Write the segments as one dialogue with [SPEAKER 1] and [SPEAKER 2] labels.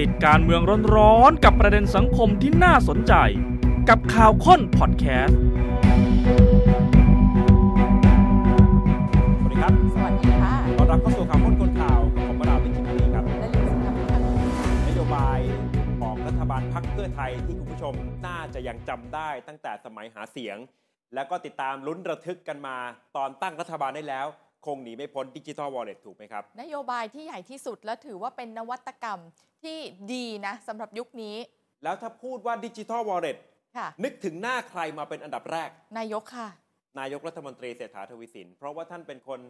[SPEAKER 1] ติดการเมืองร้อนๆกับประเด็นสังคมที่น่าสนใจ กับข่าวค้นพอดแคสต์
[SPEAKER 2] สวัสดีครับ
[SPEAKER 3] สวัสดีค่ะ
[SPEAKER 2] ต้อนรับเข้าสู่ข่าวพ้นคนข่าวกับผมวราวิทย์ชินารีครับ
[SPEAKER 3] และลินค่ะ
[SPEAKER 2] นโยบายของรัฐบาลพักเพื่อไทยที่คุณผู้ชมน่าจะยังจำได้ตั้งแต่สมัยหาเสียง แล้วก็ติดตามลุ้นระทึกกันมาตอนตั้งรัฐบาลได้แล้ว คงหนีไม่พ้นดิจิทัลวอลเล็ตถูกไหมครับ
[SPEAKER 3] นโยบายที่ใหญ่ที่สุดและถือว่าเป็นนวัตกรรมที่ดีนะสำหรับยุคนี้
[SPEAKER 2] แล้วถ้าพูดว่าดิจิทัลวอลเล็ต
[SPEAKER 3] ค่ะ
[SPEAKER 2] นึกถึงหน้าใครมาเป็นอันดับแรก
[SPEAKER 3] นายกค่ะ
[SPEAKER 2] นายกรัฐมนตรีเศรษฐาทวีสิน เพราะว่าท่านเป็นคน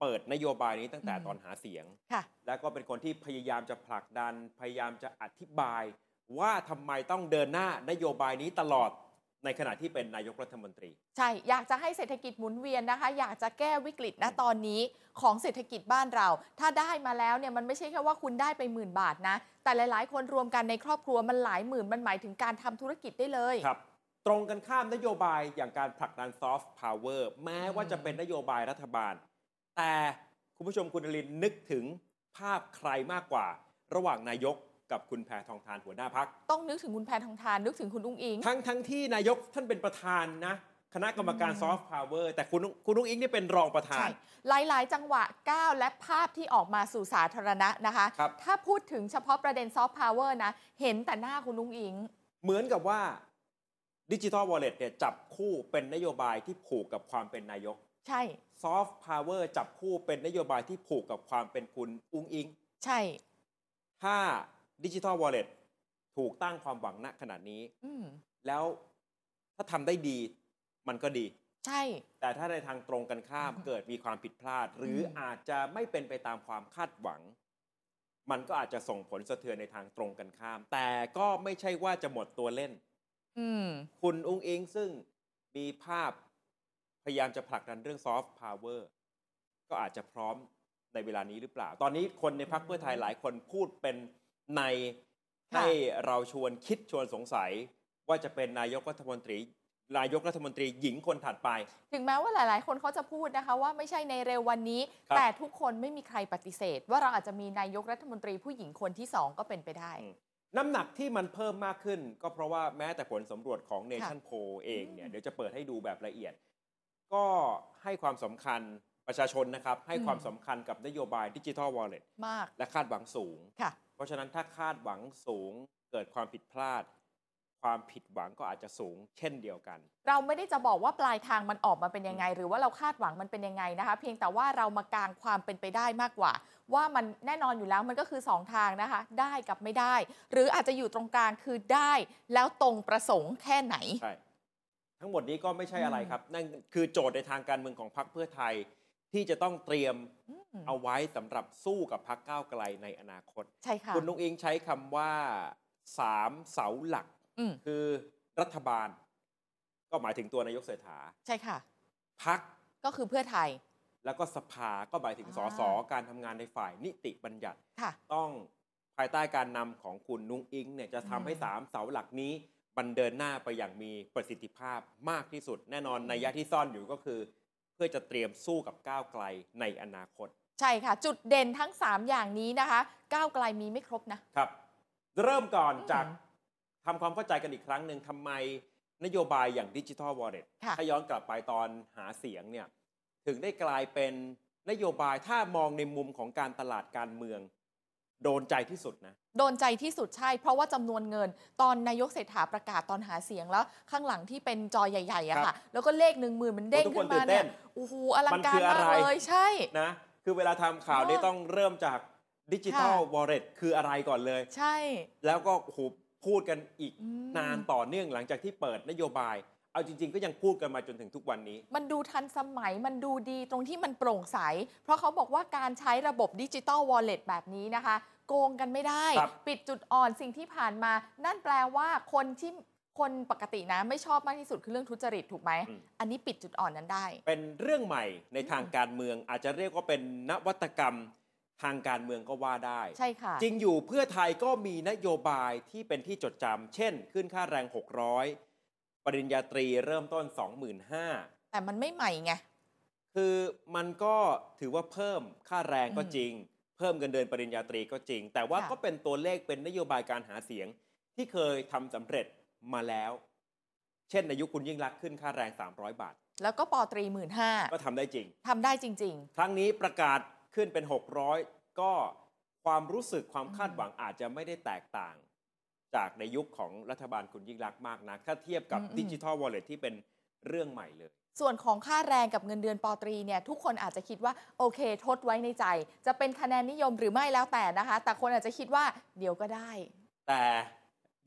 [SPEAKER 2] เปิดนโยบายนี้ตั้งแต่ตอนหาเสียง
[SPEAKER 3] ค่ะ
[SPEAKER 2] แล้วก็เป็นคนที่พยายามจะผลักดัน พยายามจะอธิบาย ว่าทำไมต้องเดินหน้านโยบายนี้ตลอดในขณะที่เป็นนายกรัฐมนตรี
[SPEAKER 3] ใช่ อยากจะให้เศรษฐกิจหมุนเวียนนะคะ อยากจะแก้วิกฤตนะตอนนี้ของเศรษฐกิจบ้านเรา ถ้าได้มาแล้วเนี่ยมันไม่ใช่แค่ว่าคุณได้ไปหมื่นบาทนะ แต่หลาย ๆ คนรวมกันในครอบครัวมันหลายหมื่นมันหมายถึงการทำธุรกิจได้เลย
[SPEAKER 2] ครับ ตรงกันข้ามนโยบายอย่างการผลักดันซอฟต์พาวเวอร์แม้ว่าจะเป็นนโยบายรัฐบาล แต่คุณผู้ชมคุณอลินนึกถึงภาพใครมากกว่า ระหว่างนายกกับคุณแพทองทานหัวหน้าพัก
[SPEAKER 3] ต้องนึกถึงคุณแพทองทานนึกถึงคุณอุ้งอิง
[SPEAKER 2] ทั้งทั้งที่นายกท่านเป็นประธานนะคณะกรรมการซอฟต์พาวเวอร์แต่คุณนุคุณนุ้งอิงนี่เป็นรองประธาน
[SPEAKER 3] หลายหลาย ๆ จังหวะก้าวและภาพที่ออกมาสู่สาธารณะนะคะ
[SPEAKER 2] ครับ
[SPEAKER 3] ถ้าพูดถึงเฉพาะประเด็นซอฟต์พาวเวอร์นะ เห็นแต่หน้าคุณลุงอิง
[SPEAKER 2] เหมือนกับว่าดิจิทัลวอลเล็ตเนี่ยจับคู่เป็นนโยบายที่ผูกกับความเป็นนายก
[SPEAKER 3] ใช่
[SPEAKER 2] ซอฟต์พาวเวอร์จับคู่เป็นนโยบายที่ผูกกับความเป็นคุณอุ้งอิง
[SPEAKER 3] ใช่
[SPEAKER 2] ถ้าดิจิทัลวอลเล็ตถูกตั้งความหวังณขนาดนี้
[SPEAKER 3] อืม
[SPEAKER 2] แล้วถ้าทำได้ดีมันก็ดี
[SPEAKER 3] ใช่
[SPEAKER 2] แต่ถ้าในทางตรงกันข้าม
[SPEAKER 3] อืม
[SPEAKER 2] เกิดมีความผิดพลาด หรืออ
[SPEAKER 3] ม
[SPEAKER 2] อาจจะไม่เป็นไปตามความคาดหวัง มันก็อาจจะส่งผลสะเทือนในทางตรงกันข้าม แต่ก็ไม่ใช่ว่าจะหมดตัวเล่น
[SPEAKER 3] อืม
[SPEAKER 2] คุณอุ้งอิงซึ่งมีภาพพยายามจะผลักดันเรื่องซอฟต์พาวเวอร์ก็อาจจะพร้อมในเวลานี้หรือเปล่า ตอนนี้คนในพักเพื่อไทยหลายคนพูดเป็นใน
[SPEAKER 3] ค่ะ
[SPEAKER 2] ให้เราชวนคิดชวนสงสัย ว่าจะเป็นนายกรัฐมนตรี นายกรัฐมนตรีหญิงคนถัดไป
[SPEAKER 3] ถึงแม้ว่าหลาย ๆ คนเขาจะพูดนะคะ ว่าไม่ใช่ในเร็ววันนี้
[SPEAKER 2] ครับ
[SPEAKER 3] แต่ทุกคนไม่มีใครปฏิเสธ ว่าเราอาจจะมีนายกรัฐมนตรีผู้หญิงคนที่สองก็เป็นไปได้
[SPEAKER 2] น้ำหนักที่มันเพิ่มมากขึ้น ก็เพราะว่าแม้แต่ผลสำรวจของเนชั่นโพเองเนี่ย
[SPEAKER 3] อืม
[SPEAKER 2] เดี๋ยวจะเปิดให้ดูแบบละเอียด ก็ให้ความสำคัญประชาชนนะครับ ให้
[SPEAKER 3] อืม
[SPEAKER 2] ความสำคัญกับนโยบายดิจิทัลวอลเล็ต
[SPEAKER 3] มาก
[SPEAKER 2] และคาดหวังสูง
[SPEAKER 3] ค่ะ
[SPEAKER 2] เพราะฉะนั้นถ้าคาดหวังสูงเกิดความผิดพลาด ความผิดหวังก็อาจจะสูง เช่นเดียวกัน
[SPEAKER 3] เราไม่ได้จะบอกว่าปลายทางมันออกมาเป็นยังไง หรือว่าเราคาดหวังมันเป็นยังไงนะคะ เพียงแต่ว่าเรามากางความเป็นไปได้มากกว่า ว่ามันแน่นอนอยู่แล้วมันก็คือ 2 ทางนะคะ ได้กับไม่ได้ หรืออาจจะอยู่ตรงกลางคือได้ แล้วตรงประสงค์แค่ไหน
[SPEAKER 2] ใช่ ทั้งหมดนี้ก็ไม่ใช่อะไร
[SPEAKER 3] อืม
[SPEAKER 2] ครับ นั่นคือโจทย์ในทางการเมืองของพรรคเพื่อไทย ที่จะต้องเตรียม
[SPEAKER 3] อืม
[SPEAKER 2] เอาไว้สำหรับสู้กับพรรคก้าวไกลในอนาคต
[SPEAKER 3] ใช่ค่ะ
[SPEAKER 2] คุณนุ้งอิงใช้คำว่าสามเสาหลัก
[SPEAKER 3] อืม
[SPEAKER 2] คือรัฐบาล ก็หมายถึงตัวนายกเศรษฐา
[SPEAKER 3] ใช่ค่ะ
[SPEAKER 2] พัก
[SPEAKER 3] ก็คือเพื่อไทย
[SPEAKER 2] แล้วก็สภาก็หมายถึงส
[SPEAKER 3] อ่า
[SPEAKER 2] สการทำงานในฝ่ายนิติบัญญัติ
[SPEAKER 3] ค่ะ
[SPEAKER 2] ต้องภายใต้การนำของคุณนุ้งอิงเนี่ยจะทำให้
[SPEAKER 3] อืม
[SPEAKER 2] สามเสาหลักนี้มันเดินหน้าไปอย่างมีประสิทธิภาพมากที่สุด แน่นอนในยะที่ซ่อนอยู่ก็คือ เพื่อจะเตรียมสู้กับก้าวไกลในอนาคต
[SPEAKER 3] ใช่ค่ะ จุดเด่นทั้ง 3 อย่างนี้นะคะก้าวไกลมีไม่ครบนะ
[SPEAKER 2] ครับ เริ่มก่อน
[SPEAKER 3] อืม
[SPEAKER 2] จากทำความเข้าใจกันอีกครั้งหนึ่งทำไมนโยบายอย่างดิจิทัลวอลเล็ต
[SPEAKER 3] ค่ะ
[SPEAKER 2] ถ้าย้อนกลับไปตอนหาเสียงเนี่ยถึงได้กลายเป็นนโยบายถ้ามองในมุมของการตลาดการเมือง โดนใจที่สุดนะ
[SPEAKER 3] โดนใจที่สุดใช่ เพราะว่าจำนวนเงิน ตอนนายกเศรษฐาประกาศตอนหาเสียงแล้ว ข้างหลังที่เป็นจอใหญ่ๆอะ
[SPEAKER 2] ครั
[SPEAKER 3] ค่ะ
[SPEAKER 2] บ
[SPEAKER 3] แล้วก็เลขหนึ่งหมื่นมันเด้ง
[SPEAKER 2] โอ้ทุกค
[SPEAKER 3] ขึ้
[SPEAKER 2] น
[SPEAKER 3] นมาเนี่
[SPEAKER 2] ตื่นเต้
[SPEAKER 3] ย
[SPEAKER 2] น
[SPEAKER 3] โอ้โหอลังการ
[SPEAKER 2] มันคืออะ
[SPEAKER 3] มาก
[SPEAKER 2] ไร
[SPEAKER 3] เลยใช่
[SPEAKER 2] นะคือเวลาทำข่าวนี่
[SPEAKER 3] เออ
[SPEAKER 2] ต้องเริ่มจากดิจิ t a ล
[SPEAKER 3] ค่ะ
[SPEAKER 2] วอลเล็ตคืออะไรก่อนเลย
[SPEAKER 3] ใช่
[SPEAKER 2] แล้วก็โอ้โหพูดกันอีก
[SPEAKER 3] อืม
[SPEAKER 2] นานต่อเนื่องหลังจากที่เปิดนโยบาย เอาจริง ๆ ก็ยังพูดกันมาจนถึงทุกวันนี้
[SPEAKER 3] มันดูทันสมัยมันดูดีตรงที่มันโปร่งใส เพราะเขาบอกว่าการใช้ระบบดิจิ t a ลวอลเล็ตแบบนี้นะคะ โกงกันไม่ได้
[SPEAKER 2] ครับ
[SPEAKER 3] ปิดจุดอ่อนสิ่งที่ผ่านมา นั่นแปลว่าคนที่คนปกตินะ ไม่ชอบมากที่สุดคือเรื่องทุจริตถูกไหมอันนี้ปิดจุดอ่อนนั้นได้
[SPEAKER 2] เป็นเรื่องใหม่ในทางการเมือง อาจจะเรียกว่าเป็นนวัตกรรมทางการเมืองก็ว่าได้
[SPEAKER 3] ใช่ค่ะ
[SPEAKER 2] จริงอยู่เพื่อไทยก็มีนโยบายที่เป็นที่จดจำเช่น ขึ้นค่าแรง 600 ปริญญาตรีเริ่มต้น 25,000
[SPEAKER 3] แต่มันไม่ใหม่ไง
[SPEAKER 2] คือมันก็ถือว่าเพิ่มค่าแรงก็
[SPEAKER 3] อืม
[SPEAKER 2] จริง เพิ่มเงินเดือนปริญญาตรีก็จริง แต่ว่า
[SPEAKER 3] ค่ะ
[SPEAKER 2] ก็เป็นตัวเลขเป็นนโยบายการหาเสียงที่เคยทำสำเร็จมาแล้ว เช่นในยุคคุณยิ่งรักษณ์ขึ้นค่าแรง 300 บาท
[SPEAKER 3] แล้วก็ปอตรีหมื่นห้า
[SPEAKER 2] ก็ทำได้จริง
[SPEAKER 3] ทำได้จริง
[SPEAKER 2] ครั้งนี้ประกาศขึ้นเป็น 600 ก็ความรู้สึกความคาดหวังอาจจะไม่ได้แตกต่าง จากในยุคของรัฐบาลคุณยิ่งรักษณ์มากนะถ้าเทียบกับ
[SPEAKER 3] อืมอืม
[SPEAKER 2] ดิจิทัลวอลเล็ตที่เป็นเรื่องใหม่เลย
[SPEAKER 3] ๆ ส่วนของค่าแรงกับเงินเดือนปอตรีเนี่ยทุกคนอาจจะคิดว่าโอเคทดไว้ในใจ จะเป็นคะแนนนิยมหรือไม่แล้วแต่นะคะ แต่คนอาจจะคิดว่าเดี๋ยวก็ได้
[SPEAKER 2] แต่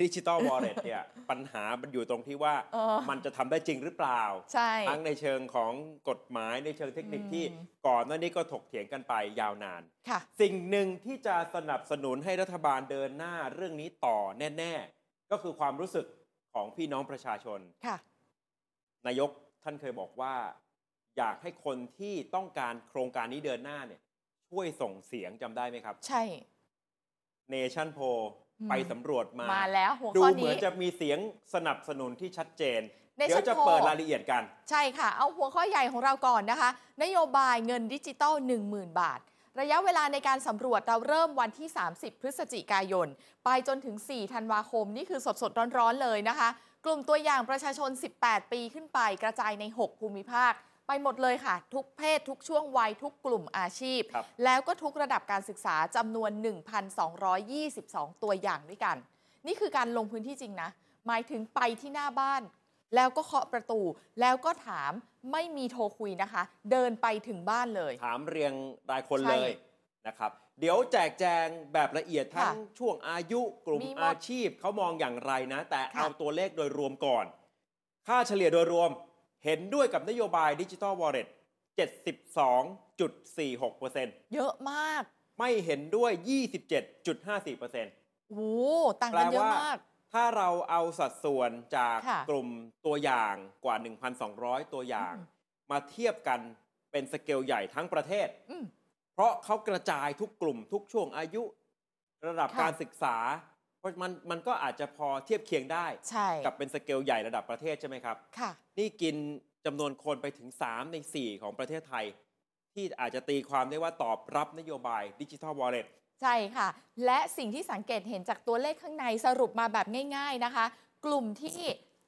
[SPEAKER 2] ดิจิทัลวอลเล็ตเนี่ย ปัญหามันอยู่ตรงที่ว่า
[SPEAKER 3] เออ
[SPEAKER 2] มันจะทำได้จริงหรือเปล่า
[SPEAKER 3] ใช่
[SPEAKER 2] ทั้งในเชิงของกฎหมายในเชิงเทคนิค
[SPEAKER 3] อืม
[SPEAKER 2] ที่ก่อนหน้านี้ก็ถกเถียงกันไปยาวนาน
[SPEAKER 3] ค่ะ
[SPEAKER 2] สิ่งหนึ่งที่จะสนับสนุนให้รัฐบาลเดินหน้าเรื่องนี้ต่อแน่ ๆ ก็คือความรู้สึกของพี่น้องประชาชน
[SPEAKER 3] ค่ะ
[SPEAKER 2] นายกท่านเคยบอกว่า อยากให้คนที่ต้องการโครงการนี้เดินหน้าเนี่ยช่วยส่งเสียงจำได้ไหมครับ
[SPEAKER 3] ใช่
[SPEAKER 2] เนชั่นโพ
[SPEAKER 3] อืม
[SPEAKER 2] ไปสำรวจมา
[SPEAKER 3] มาแล้วหัว
[SPEAKER 2] ดู
[SPEAKER 3] ข้อ
[SPEAKER 2] เหมื
[SPEAKER 3] นี้
[SPEAKER 2] อนจะมีเสียงสนับสนุนที่ชัดเจน
[SPEAKER 3] Nation
[SPEAKER 2] เดี๋ยวจะ
[SPEAKER 3] Poll
[SPEAKER 2] เปิดรายละเอียดกัน
[SPEAKER 3] ใช่ค่ะ เอาหัวข้อใหญ่ของเราก่อนนะคะ นโยบายเงินดิจิตอล10,000 บาท ระยะเวลาในการสำรวจเราเริ่มวันที่ 30 พฤศจิกายน ไปจนถึง 4 ธันวาคม นี่คือสดสดๆร้อนๆเลยนะคะ กลุ่มตัวอย่างประชาชน 18 ปีขึ้นไปกระจายใน 6 ภูมิภาค ไปหมดเลยค่ะ ทุกเพศ ทุกช่วงวัย ทุกกลุ่มอาชีพ
[SPEAKER 2] ครับ
[SPEAKER 3] แล้วก็ทุกระดับการศึกษาจำนวน 1,222 ตัวอย่างด้วยกัน นี่คือการลงพื้นที่จริงนะ หมายถึงไปที่หน้าบ้าน แล้วก็เคาะประตู แล้วก็ถามไม่มีโทรคุยนะคะ เดินไปถึงบ้านเลย
[SPEAKER 2] ถามเรียงรายคน
[SPEAKER 3] ใช่
[SPEAKER 2] เลยนะครับ เดี๋ยวแจกแจงแบบละเอียดทั้ง
[SPEAKER 3] ค่ะ
[SPEAKER 2] ช่วงอายุกลุ่ม
[SPEAKER 3] มีหมด
[SPEAKER 2] อาชีพเขามองอย่างไรนะ แต่
[SPEAKER 3] ค่ะ
[SPEAKER 2] เอาตัวเลขโดยรวมก่อน ค่าเฉลี่ยโดยรวมเห็นด้วยกับนโยบายดิจิทัลวอลเล็ต72.46%
[SPEAKER 3] เยอะมาก
[SPEAKER 2] ไม่เห็นด้วย 27.54%
[SPEAKER 3] โอ้โหต่างกันเยอะมาก
[SPEAKER 2] ถ้าเราเอาสัดส่วนจาก
[SPEAKER 3] ค่ะ
[SPEAKER 2] กลุ่มตัวอย่างกว่า 1,200 ตัวอย่าง
[SPEAKER 3] อืม
[SPEAKER 2] มาเทียบกันเป็นสเกลใหญ่ทั้งประเทศ
[SPEAKER 3] อืม
[SPEAKER 2] เพราะเขากระจายทุกกลุ่มทุกช่วงอายุ ระดับ
[SPEAKER 3] ค่ะ
[SPEAKER 2] การศึกษา เพราะมันมันก็อาจจะพอเทียบเคียงได้
[SPEAKER 3] ใช่
[SPEAKER 2] กับเป็นสเกลใหญ่ระดับประเทศใช่ไหมครับ
[SPEAKER 3] ค่ะ
[SPEAKER 2] นี่กินจำนวนคนไปถึง 3 ใน 4 ของประเทศไทย ที่อาจจะตีความได้ว่าตอบรับนโยบายดิจิทัลวอลเล็ต
[SPEAKER 3] ใช่ค่ะ และสิ่งที่สังเกตเห็นจากตัวเลขข้างในสรุปมาแบบง่าย ๆนะคะ กลุ่มที่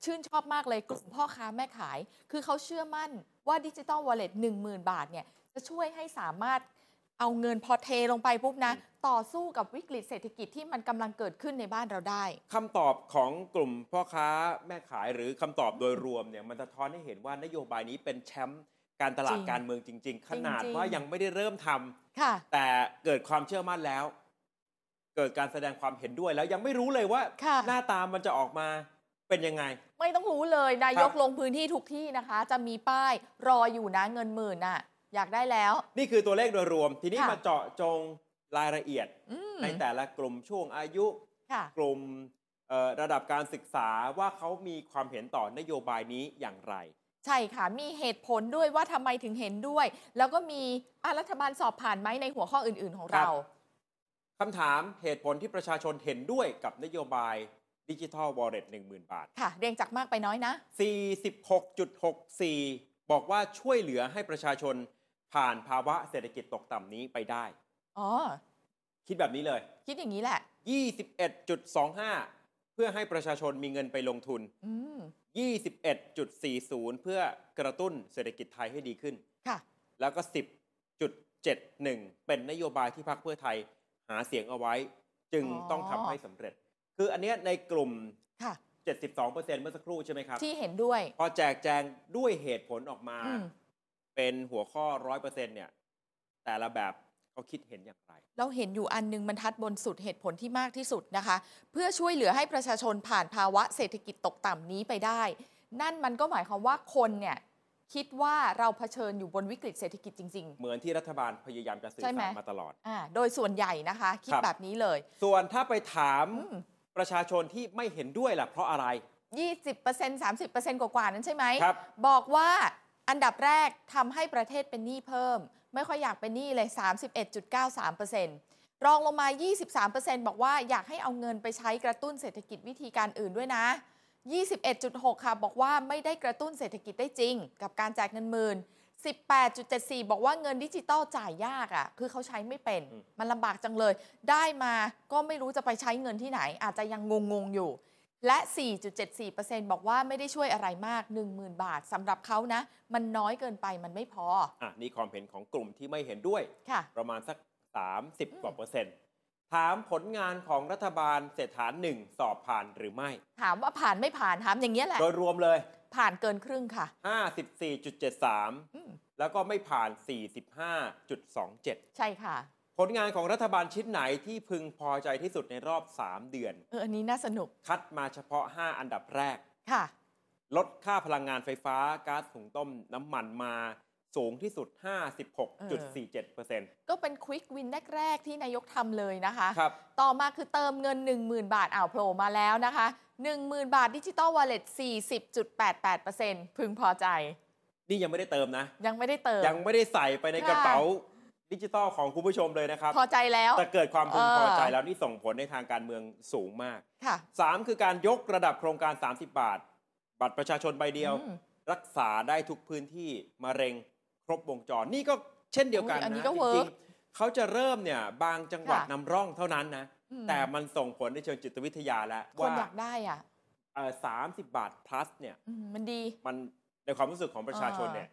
[SPEAKER 3] ชื่นชอบมากเลยกลุ่มพ่อค้าแม่ขาย คือเขาเชื่อมั่นว่าดิจิ t a ลวอลเล็ต10,000 บาทเนี่ยจะช่วยให้สามารถเอาเงินพอเทลงไปปุ๊บนะ ต่อสู้กับวิกฤตเศรษฐกิจที่มันกำลังเกิดขึ้นในบ้านเราได้
[SPEAKER 2] คำตอบของกลุ่มพ่อค้าแม่ขายหรือคำตอบโดยรวมเนี่ยมันสะท้อนให้เห็นว่านโยบายนี้เป็นแชมป์การตลาด
[SPEAKER 3] จริง
[SPEAKER 2] การเมืองจริง ๆ ขนาด
[SPEAKER 3] จริงๆ
[SPEAKER 2] ว่ายังไม่ได้เริ่มทำ
[SPEAKER 3] ค่ะ
[SPEAKER 2] แต่เกิดความเชื่อมั่นแล้ว เกิดการแสดงความเห็นด้วยแล้วยังไม่รู้เลยว่า
[SPEAKER 3] ค่ะ
[SPEAKER 2] หน้าตามันจะออกมาเป็นยังไง
[SPEAKER 3] ไม่ต้องรู้เลยนายก
[SPEAKER 2] ครับ
[SPEAKER 3] ลงพื้นที่ทุกที่นะคะ จะมีป้ายรออยู่นะเงินหมื่นน่ะ อยากได้แล้ว
[SPEAKER 2] นี่คือตัวเลขโดยรวม ทีนี้
[SPEAKER 3] ค่ะ
[SPEAKER 2] มาเจาะจงรายละเอียด
[SPEAKER 3] อืม
[SPEAKER 2] ในแต่ละกลุ่มช่วงอายุ
[SPEAKER 3] ค่ะ
[SPEAKER 2] กลุ่มเอ่อระดับการศึกษาว่าเขามีความเห็นต่อนโยบายนี้อย่างไร
[SPEAKER 3] ใช่ค่ะ มีเหตุผลด้วยว่าทำไมถึงเห็นด้วย แล้วก็มีอะรัฐบาลสอบผ่านไหมในหัวข้ออื่น ๆ ของ
[SPEAKER 2] ค
[SPEAKER 3] เรา
[SPEAKER 2] รับ คำถามเหตุผลที่ประชาชนเห็นด้วยกับนโยบายดิจิทัลวอลเล็ต10,000 บาท
[SPEAKER 3] ค่ะ เรียงจากมากไปน้อยนะ
[SPEAKER 2] 46.64 บอกว่าช่วยเหลือให้ประชาชนผ่านภาวะเศรษฐกิจตกต่ำนี้ไปได้
[SPEAKER 3] อ๋อ
[SPEAKER 2] คิดแบบนี้เลย
[SPEAKER 3] คิดอย่างนี้แหละ
[SPEAKER 2] 21.25 เพื่อให้ประชาชนมีเงินไปลงทุน
[SPEAKER 3] อืม
[SPEAKER 2] 21.40 เพื่อกระตุ้นเศรษฐกิจไทยให้ดีขึ้น
[SPEAKER 3] ค่ะ
[SPEAKER 2] แล้วก็ 10.71 เป็นนโยบายที่พรรคเพื่อไทยหาเสียงเอาไว้ จึง
[SPEAKER 3] อ๋อ
[SPEAKER 2] ต้องทำให้สำเร็จ คืออันเนี้ยในกลุ่ม
[SPEAKER 3] ค่ะ
[SPEAKER 2] 72%เมื่อสักครู่ใช่ไหมครับ
[SPEAKER 3] ที่เห็นด้วย
[SPEAKER 2] พอแจกแจงด้วยเหตุผลออกมา
[SPEAKER 3] อืม
[SPEAKER 2] เป็นหัวข้อ 100%เนี่ย แต่ละแบบเขาคิดเห็นอย่างไร
[SPEAKER 3] เราเห็นอยู่อันหนึงบรรทัดบนสุดเหตุผลที่มากที่สุดนะคะ เพื่อช่วยเหลือให้ประชาชนผ่านภาวะเศรษฐกิจตกต่ำนี้ไปได้ นั่นมันก็หมายความว่าคนเนี่ย คิดว่าเราเผชิญอยู่บนวิกฤตเศรษฐกิจจริง
[SPEAKER 2] เหมือนที่รัฐบาลพยายามจะสื่อ
[SPEAKER 3] ใช่ไหม
[SPEAKER 2] สารมาตลอด
[SPEAKER 3] ๆ อ่า โดยส่วนใหญ่นะคะ คิด
[SPEAKER 2] ครับ
[SPEAKER 3] แบบนี้เลย
[SPEAKER 2] ส่วนถ้าไปถาม
[SPEAKER 3] อืม
[SPEAKER 2] ประชาชนที่ไม่เห็นด้วยล่ะเพราะอะไร
[SPEAKER 3] 20% 30%กว่าๆนั้นใช่ไหม
[SPEAKER 2] ครับ
[SPEAKER 3] บอกว่าอันดับแรกทำให้ประเทศเป็นหนี้เพิ่ม ไม่ค่อยอยากเป็นหนี้เลย 31.93%รองลงมา 23%บอกว่าอยากให้เอาเงินไปใช้กระตุ้นเศรษฐกิจวิธีการอื่นด้วยนะ 21.6 ค่ะ บอกว่าไม่ได้กระตุ้นเศรษฐกิจได้จริง กับการแจกเงินหมื่น 18.74 บอกว่าเงินดิจิตอลจ่ายยากอะ่ะ คือเขาใช้ไม่เป็น
[SPEAKER 2] อืม
[SPEAKER 3] มันลำบากจังเลย ได้มาก็ไม่รู้จะไปใช้เงินที่ไหน อาจจะยังงงๆอยู่ และ 4.74%บอกว่าไม่ได้ช่วยอะไรมาก 10,000 บาทสำหรับเขานะ มันน้อยเกินไปมันไม่พอ
[SPEAKER 2] อ่ะนี่ความเห็นของกลุ่มที่ไม่เห็นด้วย
[SPEAKER 3] ค่ะ
[SPEAKER 2] ประมาณสัก
[SPEAKER 3] อืม
[SPEAKER 2] 30 กว่าเปอร์เซ็นต์ ถามผลงานของรัฐบาลเศรษฐาหนึ่งสอบผ่านหรือไม่
[SPEAKER 3] ถามว่าผ่านไม่ผ่านถามอย่างเงี้ยแหละ
[SPEAKER 2] โดยรวมเลย
[SPEAKER 3] ผ่านเกินครึ่งค่ะ
[SPEAKER 2] 54.73
[SPEAKER 3] อืม
[SPEAKER 2] แล้วก็ไม่ผ่าน 45.27
[SPEAKER 3] ใช่ค่ะ
[SPEAKER 2] ผลงานของรัฐบาลชิ้นไหนที่พึงพอใจที่สุดในรอบ 3 เดือน
[SPEAKER 3] เอออันนี้น่าสนุก
[SPEAKER 2] คัดมาเฉพาะ 5 อันดับแรก
[SPEAKER 3] ค่ะ
[SPEAKER 2] ลดค่าพลังงานไฟฟ้าก๊าซหุงต้มน้ำมันมาสูงที่สุด 56.47%
[SPEAKER 3] ก็เป็นควิกวินแรก ๆ ที่นายกทำเลยนะคะ
[SPEAKER 2] ครับ
[SPEAKER 3] ต่อมาคือเติมเงิน 10,000 บาทอ่าวโผล่มาแล้วนะคะ 10,000 บาทดิจิตอลวอลเล็ต40.88%พึงพอใจ
[SPEAKER 2] นี่ยังไม่ได้เติมนะ
[SPEAKER 3] ยังไม่ได้เติม
[SPEAKER 2] ยังไม่ได้ใส่ไปใน
[SPEAKER 3] ค่ะ
[SPEAKER 2] กระเป๋าดิจิตอลของคุณผู้ชมเลยนะครับ
[SPEAKER 3] พอใจแล้ว
[SPEAKER 2] แต่เกิดความพึงพอใจ
[SPEAKER 3] เออ
[SPEAKER 2] แล้วนี่ส่งผลในทางการเมืองสูงมาก
[SPEAKER 3] ค่ะ
[SPEAKER 2] 3 คือการยกระดับโครงการ 30 บาท บัตรประชาชนใบเดียว
[SPEAKER 3] อืม
[SPEAKER 2] รักษาได้ทุกพื้นที่มะเร็งครบวงจร นี่ก็เช่นเดียวกัน
[SPEAKER 3] อุ๊ยอันนี้
[SPEAKER 2] นะ
[SPEAKER 3] ก็เวิร์
[SPEAKER 2] จ
[SPEAKER 3] ก
[SPEAKER 2] ริงๆเขาจะเริ่มเนี่ยบางจังหวัด
[SPEAKER 3] ค่ะ
[SPEAKER 2] นำร่องเท่านั้นนะ
[SPEAKER 3] อืม
[SPEAKER 2] แต่มันส่งผลในเชิงจิตวิทยาแล้ว
[SPEAKER 3] คน
[SPEAKER 2] ว่า
[SPEAKER 3] อยากได้อ่ะ
[SPEAKER 2] สามสิบบาท plus เนี่ย
[SPEAKER 3] อืมมันดี
[SPEAKER 2] มันในความรู้สึกของประชาชน
[SPEAKER 3] เออ
[SPEAKER 2] เนี่ย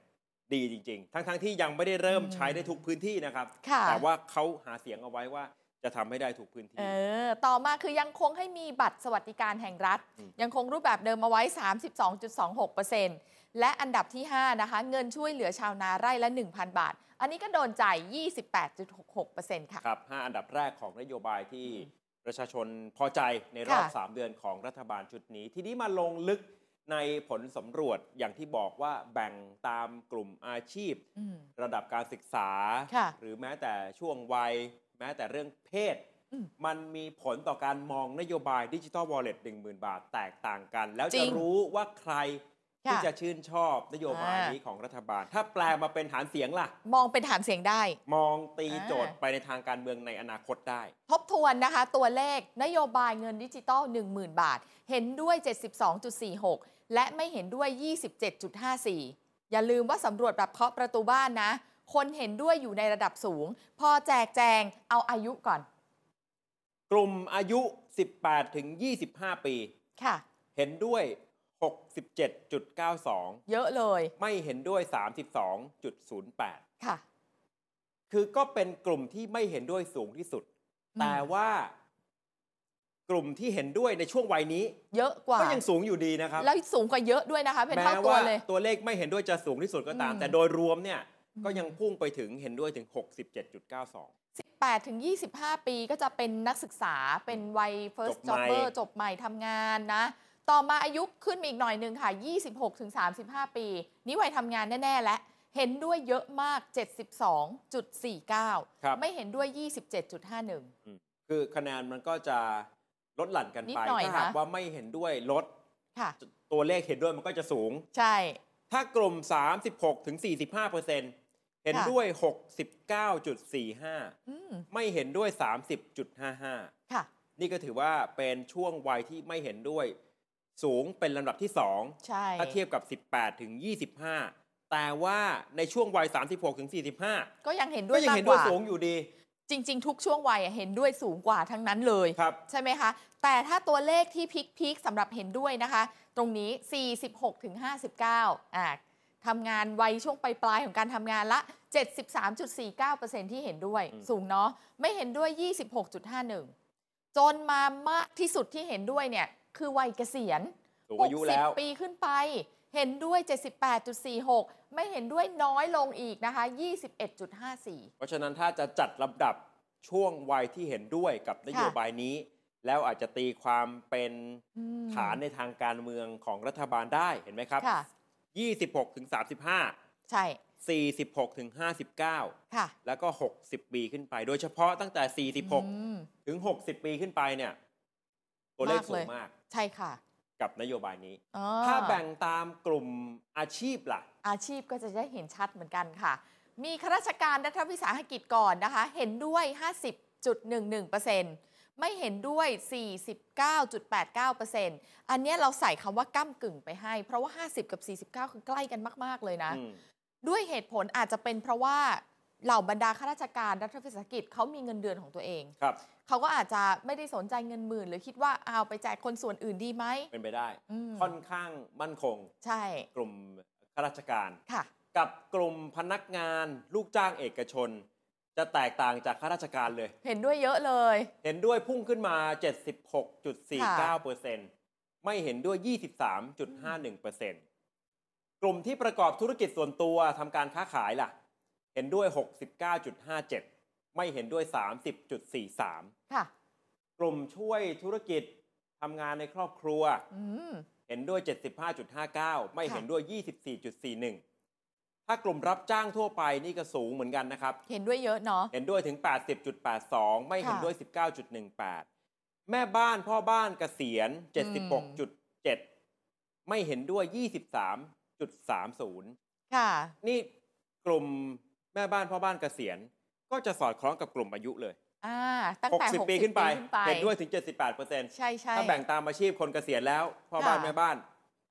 [SPEAKER 2] ดีจริง ๆ ทั้งๆที่ยังไม่ได้เริ่ม
[SPEAKER 3] อืม
[SPEAKER 2] ใช้ได้ทุกพื้นที่นะครับ
[SPEAKER 3] ค่ะ
[SPEAKER 2] แต่ว่าเขาหาเสียงเอาไว้ว่าจะทำให้ได้ทุกพื้น
[SPEAKER 3] เอ
[SPEAKER 2] ที่
[SPEAKER 3] อ ต่อมาคือยังคงให้มีบัตรสวัสดิการแห่งรัฐ
[SPEAKER 2] อืม
[SPEAKER 3] ยังคงรูปแบบเดิมมาไว้ 32.26%และอันดับที่ 5 นะคะ เงินช่วยเหลือชาวนาไร่ละ 1,000 บาท อันนี้ก็โดนจ่าย 28.66%ค่ะ
[SPEAKER 2] ครับห้าอันดับแรกของนโยบายที่
[SPEAKER 3] อืม
[SPEAKER 2] ประชาชนพอใจในรอบ
[SPEAKER 3] ค่ะ
[SPEAKER 2] 3 เดือนของรัฐบาลชุดนี้ ทีนี้มาลงลึกในผลสำรวจอย่างที่บอกว่าแบ่งตามกลุ่มอาชีพ
[SPEAKER 3] อืม
[SPEAKER 2] ระดับการศึกษา
[SPEAKER 3] ค่ะ
[SPEAKER 2] หรือแม้แต่ช่วงวัย แม้แต่เรื่องเพศ
[SPEAKER 3] อืม
[SPEAKER 2] มันมีผลต่อการมองนโยบายดิจิ t a ลวอลเล็ตหนึ่งบาทแตกต่างกัน แล้ว
[SPEAKER 3] จริ
[SPEAKER 2] จะ
[SPEAKER 3] ง
[SPEAKER 2] รู้ว่าใครที่
[SPEAKER 3] ค่ะ
[SPEAKER 2] จะชื่นชอบนโยบาย
[SPEAKER 3] อ่านี้
[SPEAKER 2] นี้ของรัฐบาล ถ้าแปลมาเป็นฐานเสียงล่ะ
[SPEAKER 3] มองเป็นฐานเสียงได้
[SPEAKER 2] มองตี
[SPEAKER 3] อ่า
[SPEAKER 2] โจทย์ไปในทางการเมืองในอนาคตได้
[SPEAKER 3] ทบทวนนะคะ ตัวเลขนโยบายเงินดิจิตอล10,000 บาท เห็นด้วย 72.46 และไม่เห็นด้วย 27.54 อย่าลืมว่าสำรวจแบบเคาะประตูบ้านนะ คนเห็นด้วยอยู่ในระดับสูง พอแจกแจงเอาอายุก่อน
[SPEAKER 2] กลุ่มอายุ 18 ถึง 25 ปี
[SPEAKER 3] ค่ะ
[SPEAKER 2] เห็นด้วย 67.92
[SPEAKER 3] เยอะเลย
[SPEAKER 2] ไม่เห็นด้วย 32.08
[SPEAKER 3] ค่ะ
[SPEAKER 2] คือก็เป็นกลุ่มที่ไม่เห็นด้วยสูงที่สุด
[SPEAKER 3] อืม
[SPEAKER 2] แต่ว่ากลุ่มที่เห็นด้วยในช่วงวัยนี้
[SPEAKER 3] เยอะกว่า
[SPEAKER 2] ก็ยังสูงอยู่ดีนะครับ
[SPEAKER 3] แล้วสูงกว่าเยอะด้วยนะคะ เป็น
[SPEAKER 2] แม้
[SPEAKER 3] เท่าตัว
[SPEAKER 2] ว่า
[SPEAKER 3] เลย
[SPEAKER 2] ตัวเลขไม่เห็นด้วยจะสูงที่สุดก็ตาม
[SPEAKER 3] อืม
[SPEAKER 2] แต่โดยรวมเนี่ย
[SPEAKER 3] อืม
[SPEAKER 2] ก็ยังพุ่งไปถึงเห็นด้วยถึง 67.92
[SPEAKER 3] 18ถึง25 ปีก็จะเป็นนักศึกษาเป็นวัย first
[SPEAKER 2] จบใหม่
[SPEAKER 3] jobber จบใหม่ทำงานนะ ต่อมาอายุขึ้นมาอีกหน่อยหนึ่งค่ะ 26ถึง35 ปี นี่วัยทำงานแน่ ๆ และเห็นด้วยเยอะมาก 72.49
[SPEAKER 2] ครับ
[SPEAKER 3] ไม่เห็นด้วย 27.51
[SPEAKER 2] คือคะแนนมันก็จะลดหลั่นกัน
[SPEAKER 3] นิด
[SPEAKER 2] ไป
[SPEAKER 3] หน่อย
[SPEAKER 2] ถ้าหาก
[SPEAKER 3] นะ
[SPEAKER 2] ว่าไม่เห็นด้วยลด
[SPEAKER 3] ค่ะ
[SPEAKER 2] ตัวเลขเห็นด้วยมันก็จะสูง
[SPEAKER 3] ใช่
[SPEAKER 2] ถ้ากลุ่ม 36ถึง45เปอร์เซ็นต์เห็น
[SPEAKER 3] ค่ะ
[SPEAKER 2] ด้วย
[SPEAKER 3] อืม
[SPEAKER 2] 69.45 ไม่เห็นด้วย 30.55
[SPEAKER 3] ค่ะ
[SPEAKER 2] นี่ก็ถือว่าเป็นช่วงวัยที่ไม่เห็นด้วย สูงเป็นลำดับที่ 2
[SPEAKER 3] ใช่
[SPEAKER 2] ถ้าเทียบกับ 18 ถึง 25 แต่ว่าในช่วงวัย 36 ถึง
[SPEAKER 3] ก็ยังเห็น
[SPEAKER 2] 45
[SPEAKER 3] ด้
[SPEAKER 2] ก็
[SPEAKER 3] วย
[SPEAKER 2] ยัง
[SPEAKER 3] มาก
[SPEAKER 2] เห็น
[SPEAKER 3] ก
[SPEAKER 2] ด้วย
[SPEAKER 3] ว่า
[SPEAKER 2] สูงอยู่ดี
[SPEAKER 3] จริง ๆ ทุกช่วงวัยอะเห็นด้วยสูงกว่าทั้งนั้นเลย
[SPEAKER 2] ครับ
[SPEAKER 3] ใช่ไหมคะ แต่ถ้าตัวเลขที่พีคๆสำหรับเห็นด้วยนะคะ ตรงนี้ 46ถึง59อ่าทำงานวัยช่วงปลายๆของการทำงานละ 73.49%ที่เห็นด้วย
[SPEAKER 2] อืม
[SPEAKER 3] สูงเนาะ ไม่เห็นด้วย 26.51 จนมามากที่สุดที่เห็นด้วยเนี่ย คือวัยเกษียณ
[SPEAKER 2] สูงอายุแล้ว
[SPEAKER 3] 60ปีขึ้นไป เห็นด้วย 78.46 ไม่เห็นด้วยน้อยลงอีกนะคะ 21.54
[SPEAKER 2] เพราะฉะนั้นถ้าจะจัดลำดับช่วงวัยที่เห็นด้วยกับนโยบายนี้ แล้วอาจจะตีความเป็น
[SPEAKER 3] อืม
[SPEAKER 2] ฐานในทางการเมืองของรัฐบาลได้เห็นไหมครับ
[SPEAKER 3] ค่ะ
[SPEAKER 2] 26 ถึง 35
[SPEAKER 3] ใช่
[SPEAKER 2] 46 ถึง 59
[SPEAKER 3] ค่ะ
[SPEAKER 2] แล้วก็ 60 ปีขึ้นไป โดยเฉพาะตั้งแต่ 46
[SPEAKER 3] อืม
[SPEAKER 2] ถึง 60 ปีขึ้นไปเนี่ย ตัวเลข
[SPEAKER 3] มาก
[SPEAKER 2] สู
[SPEAKER 3] เล
[SPEAKER 2] ง
[SPEAKER 3] ย
[SPEAKER 2] มาก
[SPEAKER 3] ใช่ค่ะ
[SPEAKER 2] กับนโยบายนี้
[SPEAKER 3] อ๋อ
[SPEAKER 2] ถ้าแบ่งตามกลุ่มอาชีพล่ะ
[SPEAKER 3] อาชีพก็จะได้เห็นชัดเหมือนกันค่ะ มีข้าราชการรัฐวิสาหกิจก่อนนะคะ เห็นด้วย 50.11%ไม่เห็นด้วย 49.89%อันเนี้ยเราใส่คำว่าก้ากึ่งไปให้ เพราะว่า 50 กับ 49 คือใกล้กันมาก ๆ เลยนะ
[SPEAKER 2] อืม
[SPEAKER 3] ด้วยเหตุผลอาจจะเป็นเพราะว่าเหล่าบรรดาข้าราชการรัฐวิสาหกิจเขามีเงินเดือนของตัวเอง
[SPEAKER 2] ครับ
[SPEAKER 3] เขาก็อาจจะไม่ได้สนใจเงินหมื่น หรือคิดว่าเอาไปแจกคนส่วนอื่นดีไหม
[SPEAKER 2] เป็นไปได้
[SPEAKER 3] อืม
[SPEAKER 2] ค่อนข้างมั่นคง
[SPEAKER 3] ใช่
[SPEAKER 2] กลุ่มข้าราชการ
[SPEAKER 3] ค่ะ
[SPEAKER 2] กับกลุ่มพนักงาน ลูกจ้างเอกชน จะแตกต่างจากข้าราชการเลย
[SPEAKER 3] เห็นด้วยเยอะเลย
[SPEAKER 2] เห็นด้วยพุ่งขึ้นมา 76.49%ไม่เห็นด้วย 23.51%กลุ่มที่ประกอบธุรกิจส่วนตัวทำการค้าขายล่ะ เห็นด้วย 69.57 ไม่เห็นด้วย 30.43
[SPEAKER 3] ค่ะ
[SPEAKER 2] กลุ่มช่วยธุรกิจทำงานในครอบครัว
[SPEAKER 3] อืม
[SPEAKER 2] เห็นด้วย 75.59 ไม่
[SPEAKER 3] ค่ะ
[SPEAKER 2] เห็นด้วย 24.41 ถ้ากลุ่มรับจ้างทั่วไปนี่ก็สูงเหมือนกันนะครับ
[SPEAKER 3] เห็นด้วยเยอะเนาะ
[SPEAKER 2] เห็นด้วยถึง 80.82 ไม่เห็น
[SPEAKER 3] ค่ะ
[SPEAKER 2] ด้วย 19.18 แม่บ้านพ่อบ้านเกษียณ
[SPEAKER 3] อืม
[SPEAKER 2] 76.7 ไม่เห็นด้วย 23.30
[SPEAKER 3] ค่ะ
[SPEAKER 2] นี่กลุ่มแม่บ้านพ่อบ้านเกษียณ ก็จะสอดคล้องกับกลุ่มอายุเลย
[SPEAKER 3] อ่า ตั้งแต่
[SPEAKER 2] 60 ปีขึ้นไป เห็นด้วยถึง
[SPEAKER 3] ใช่ใช่
[SPEAKER 2] 78%ถ้าแบ่งตามอาชีพคนเกษียณแล้ว พ่อบ้าน
[SPEAKER 3] ค่ะ
[SPEAKER 2] แม่บ้าน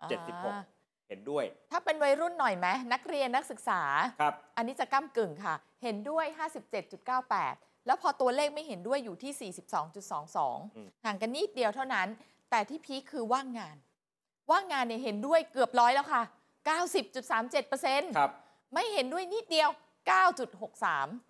[SPEAKER 3] อ่า
[SPEAKER 2] 76 เห็นด้วย
[SPEAKER 3] ถ้าเป็นวัยรุ่นหน่อยไหมนักเรียนนักศึกษา
[SPEAKER 2] ครับ
[SPEAKER 3] อันนี้จะก้ากึ่งค่ะ เห็นด้วย 57.98 แล้วพอตัวเลขไม่เห็นด้วยอยู่ที่
[SPEAKER 2] อืม
[SPEAKER 3] 42.22 ห่างกันนิดเดียวเท่านั้น แต่ที่พีคคือว่างงาน ว่างงานเนี่ยเห็นด้วยเกือบร้อยแล้วค่ะ 90.37%
[SPEAKER 2] ครับ
[SPEAKER 3] ไม่เห็นด้วยนิดเดียว 9.63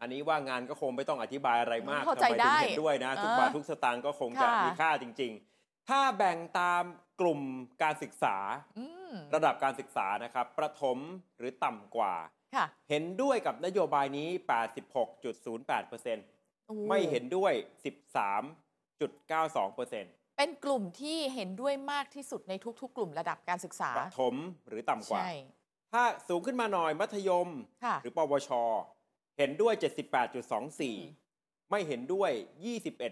[SPEAKER 2] อันนี้ว่างานก็คงไม่ต้องอธิบายอะไรมาก
[SPEAKER 3] เข้าใจ
[SPEAKER 2] ทำไม
[SPEAKER 3] ได้
[SPEAKER 2] ถึงเห็นด้วยนะ ทุ
[SPEAKER 3] เออบ
[SPEAKER 2] กาททุกสตางค์ก็คงจะ
[SPEAKER 3] ค่ะ
[SPEAKER 2] มีค่าจริง ๆ ถ้าแบ่งตามกลุ่มการศึกษา
[SPEAKER 3] อืม
[SPEAKER 2] ระดับการศึกษานะครับ ประถมหรือต่ำกว่า
[SPEAKER 3] ค่ะ
[SPEAKER 2] เห็นด้วยกับนโยบายนี้ 86.08%
[SPEAKER 3] โอ้
[SPEAKER 2] ไม่เห็นด้วย 13.92%
[SPEAKER 3] เป็นกลุ่มที่เห็นด้วยมากที่สุดในทุก ๆ กลุ่มระดับการศึกษา
[SPEAKER 2] ประถมหรือต่ำกว่า
[SPEAKER 3] ใช่
[SPEAKER 2] ถ้าสูงขึ้นมาหน่อยมัธยม
[SPEAKER 3] ค่ะ
[SPEAKER 2] หรือปวช เห็นด้วย
[SPEAKER 3] ม
[SPEAKER 2] 78.24 ไม่เห็นด้วย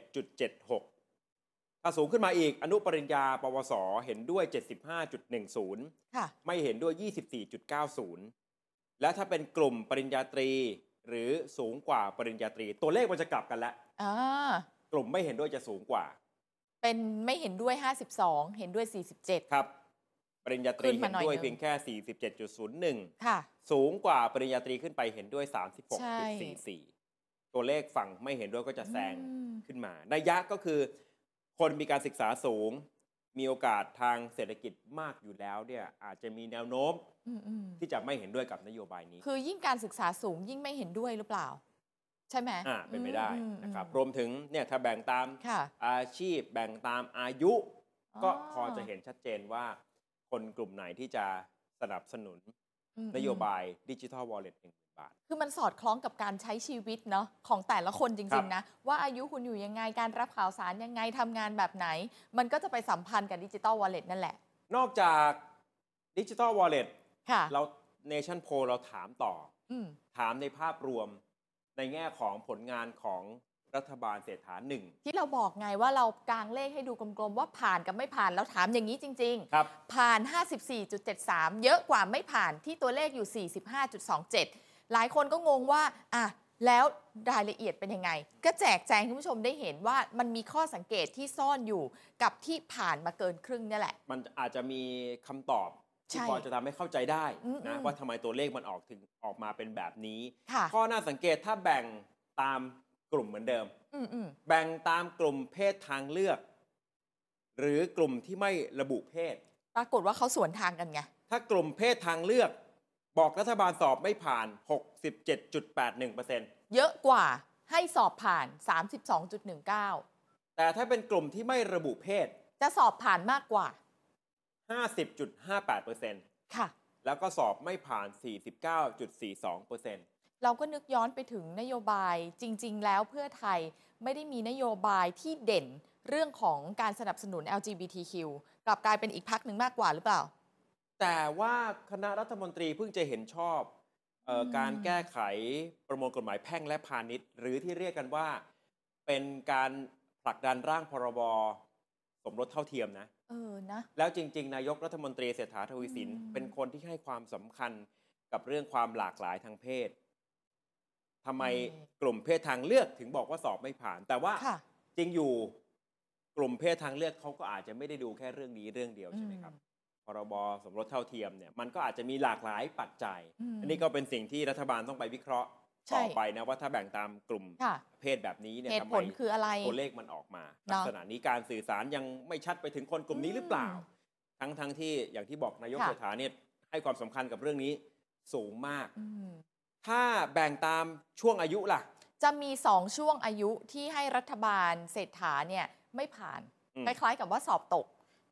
[SPEAKER 2] 21.76 ถ้าสูงขึ้นมาอีก อนุปริญญา ปวส เห็นด้วย 75.10
[SPEAKER 3] ค่ะ
[SPEAKER 2] ไม่เห็นด้วย 24.90 และถ้าเป็นกลุ่มปริญญาตรี หรือสูงกว่าปริญญาตรี ตัวเลขมันจะกลับกันแล้ว
[SPEAKER 3] อ่า
[SPEAKER 2] กลุ่มไม่เห็นด้วยจะสูงกว่า
[SPEAKER 3] เป็นไม่เห็นด้วย 52 เห็นด้วย
[SPEAKER 2] ครับ ปริญญาตรี
[SPEAKER 3] ขึ้น
[SPEAKER 2] เห็
[SPEAKER 3] มานหน่อย
[SPEAKER 2] ด้วย
[SPEAKER 3] หนึ่ง
[SPEAKER 2] เพียงแค่ 47.01
[SPEAKER 3] 47 ค่ะ
[SPEAKER 2] สูงกว่าปริญญาตรีขึ้นไปเห็นด้วย
[SPEAKER 3] ใช่
[SPEAKER 2] 36.44 ตัวเลขฝั่งไม่เห็นด้วยก็จะแซง
[SPEAKER 3] อืม
[SPEAKER 2] ขึ้นมา นัยยะก็คือ คนมีการศึกษาสูง มีโอกาสทางเศรษฐกิจมากอยู่แล้วเนี่ยอาจจะมีแนวโน้ม
[SPEAKER 3] อืมอืม
[SPEAKER 2] ที่จะไม่เห็นด้วยกับนโยบายนี้
[SPEAKER 3] คือยิ่งการศึกษาสูงยิ่งไม่เห็นด้วยหรือเปล่า ใช่ไหม
[SPEAKER 2] อ่าเป็นไปได้
[SPEAKER 3] อืม
[SPEAKER 2] นะครับ
[SPEAKER 3] อืม
[SPEAKER 2] รวมถึงเนี่ยถ้าแบ่งตาม
[SPEAKER 3] ค่ะ
[SPEAKER 2] อาชีพแบ่งตามอายุ ก็พอจะเห็นชัดเจนว่า คนกลุ่มไหนที่จะสนับสนุน
[SPEAKER 3] อืม
[SPEAKER 2] นโยบายดิจิทัลวอลเล็ตหนึ่งบาท
[SPEAKER 3] คือมันสอดคล้องกับการใช้ชีวิตเนาะของแต่ละคน
[SPEAKER 2] ครั
[SPEAKER 3] จริ
[SPEAKER 2] บ
[SPEAKER 3] ง ๆ นะ ว่าอายุคุณอยู่ยังไงการรับข่าวสารยังไงทำงานแบบไหน มันก็จะไปสัมพันธ์กับดิจิ t a ลวอลเล็ตนั่นแหละ
[SPEAKER 2] นอกจากดิจิทัลวอลเล็ต
[SPEAKER 3] ค่ะ
[SPEAKER 2] เราเนชั่นโพเราถามต่อ
[SPEAKER 3] อืม
[SPEAKER 2] ถามในภาพรวมในแง่ของผลงานของรัฐบาลเศรษฐาหนึ่ง
[SPEAKER 3] ที่เราบอกไงว่าเรากางเลขให้ดูกลมๆ ว่าผ่านกับไม่ผ่านแล้วถามอย่างนี้จริง ๆ
[SPEAKER 2] ครับ
[SPEAKER 3] ผ่าน 54.73 เยอะกว่าไม่ผ่านที่ตัวเลขอยู่ 45.27 หลายคนก็งงว่า อ่ะ แล้วรายละเอียดเป็นยังไง ก็แจกแจงให้คุณผู้ชมได้เห็นว่ามันมีข้อสังเกตที่ซ่อนอยู่กับที่ผ่านมาเกินครึ่งเนี่ยแหละ
[SPEAKER 2] มันอาจจะมีคำตอบที่
[SPEAKER 3] ใช่
[SPEAKER 2] พอจะทำให้เข้าใจได้
[SPEAKER 3] อืม
[SPEAKER 2] นะ
[SPEAKER 3] อืม
[SPEAKER 2] ว่าทำไมตัวเลขมันออกถึงออกมาเป็นแบบนี้
[SPEAKER 3] ค่ะ
[SPEAKER 2] ข้อน่าสังเกตถ้าแบ่งตามกลุ่มเหมือนเดิม
[SPEAKER 3] อืมอืม
[SPEAKER 2] แบ่งตามกลุ่มเพศทางเลือก หรือกลุ่มที่ไม่ระบุเพศ
[SPEAKER 3] ปรากฏว่าเขาสวนทางกันไง
[SPEAKER 2] ถ้ากลุ่มเพศทางเลือก บอกรัฐบาลสอบไม่ผ่าน 67.81%
[SPEAKER 3] เยอะกว่าให้สอบผ่าน 32.19
[SPEAKER 2] แต่ถ้าเป็นกลุ่มที่ไม่ระบุเพศ
[SPEAKER 3] จะสอบผ่านมากกว่า
[SPEAKER 2] 50.58%
[SPEAKER 3] ค่ะ
[SPEAKER 2] แล้วก็สอบไม่ผ่าน 49.42%
[SPEAKER 3] เราก็นึกย้อนไปถึงนโยบายจริง ๆ แล้วเพื่อไทยไม่ได้มีนโยบายที่เด่นเรื่องของการสนับสนุน LGBTQ กลับกลายเป็นอีกพักหนึ่งมากกว่าหรือเปล่า
[SPEAKER 2] แต่ว่าคณะรัฐมนตรีเพิ่งจะเห็นชอบเอออ
[SPEAKER 3] ม
[SPEAKER 2] การแก้ไขประมวลกฎหมายแพ่งและพาณิชย์ หรือที่เรียกกันว่า เป็นการผลักดันร่างพรบสมรสเท่าเทียมนะ
[SPEAKER 3] เออนะ
[SPEAKER 2] แล้วจริง ๆ นายกรัฐมนตรีเศรษฐาทวีสิน
[SPEAKER 3] อืม
[SPEAKER 2] เป็นคนที่ให้ความสำคัญกับเรื่องความหลากหลายทางเพศทำไมกลุ่มเพศทางเลือกถึงบอกว่าสอบไม่ผ่าน แต่ว่า
[SPEAKER 3] ค่ะ
[SPEAKER 2] จริงอยู่กลุ่มเพศทางเลือกเขาก็อาจจะไม่ได้ดูแค่เรื่องนี้เรื่องเดียวใช่ไหมครับ
[SPEAKER 3] อื
[SPEAKER 2] พรบสมรสเท่าเทียมเนี่ยมันก็อาจจะมีหลากหลายปัจจัย
[SPEAKER 3] ม
[SPEAKER 2] อันนี้ก็เป็นสิ่งที่รัฐบาลต้องไปวิเคราะห์
[SPEAKER 3] ใช่
[SPEAKER 2] ต่อไปนะว่าถ้าแบ่งตามกลุ่ม
[SPEAKER 3] ค่ะ
[SPEAKER 2] เพศแบบนี้เนี่ย
[SPEAKER 3] เหตุ
[SPEAKER 2] ทำ
[SPEAKER 3] ผ
[SPEAKER 2] ไม
[SPEAKER 3] ลคืออะไร
[SPEAKER 2] ตัวเลขมันออกมา
[SPEAKER 3] เน
[SPEAKER 2] ลั
[SPEAKER 3] อะ
[SPEAKER 2] กษณะนี้การสื่อสารยังไม่ชัดไปถึงคนกลุ่มนี้หรือเปล่า
[SPEAKER 3] อืม
[SPEAKER 2] ทั้งทั้งที่อย่างที่บอกนายก
[SPEAKER 3] ค่ะ
[SPEAKER 2] เศรษฐาเนี่ยให้ความสำคัญกับเรื่องนี้สูงมาก
[SPEAKER 3] อืม
[SPEAKER 2] ถ้าแบ่งตามช่วงอายุล่ะ
[SPEAKER 3] จะมีสองช่วงอายุที่ให้รัฐบาลเศรษฐาเนี่ยไม่ผ่าน
[SPEAKER 2] อืม
[SPEAKER 3] คล้ายๆกับว่าสอบตก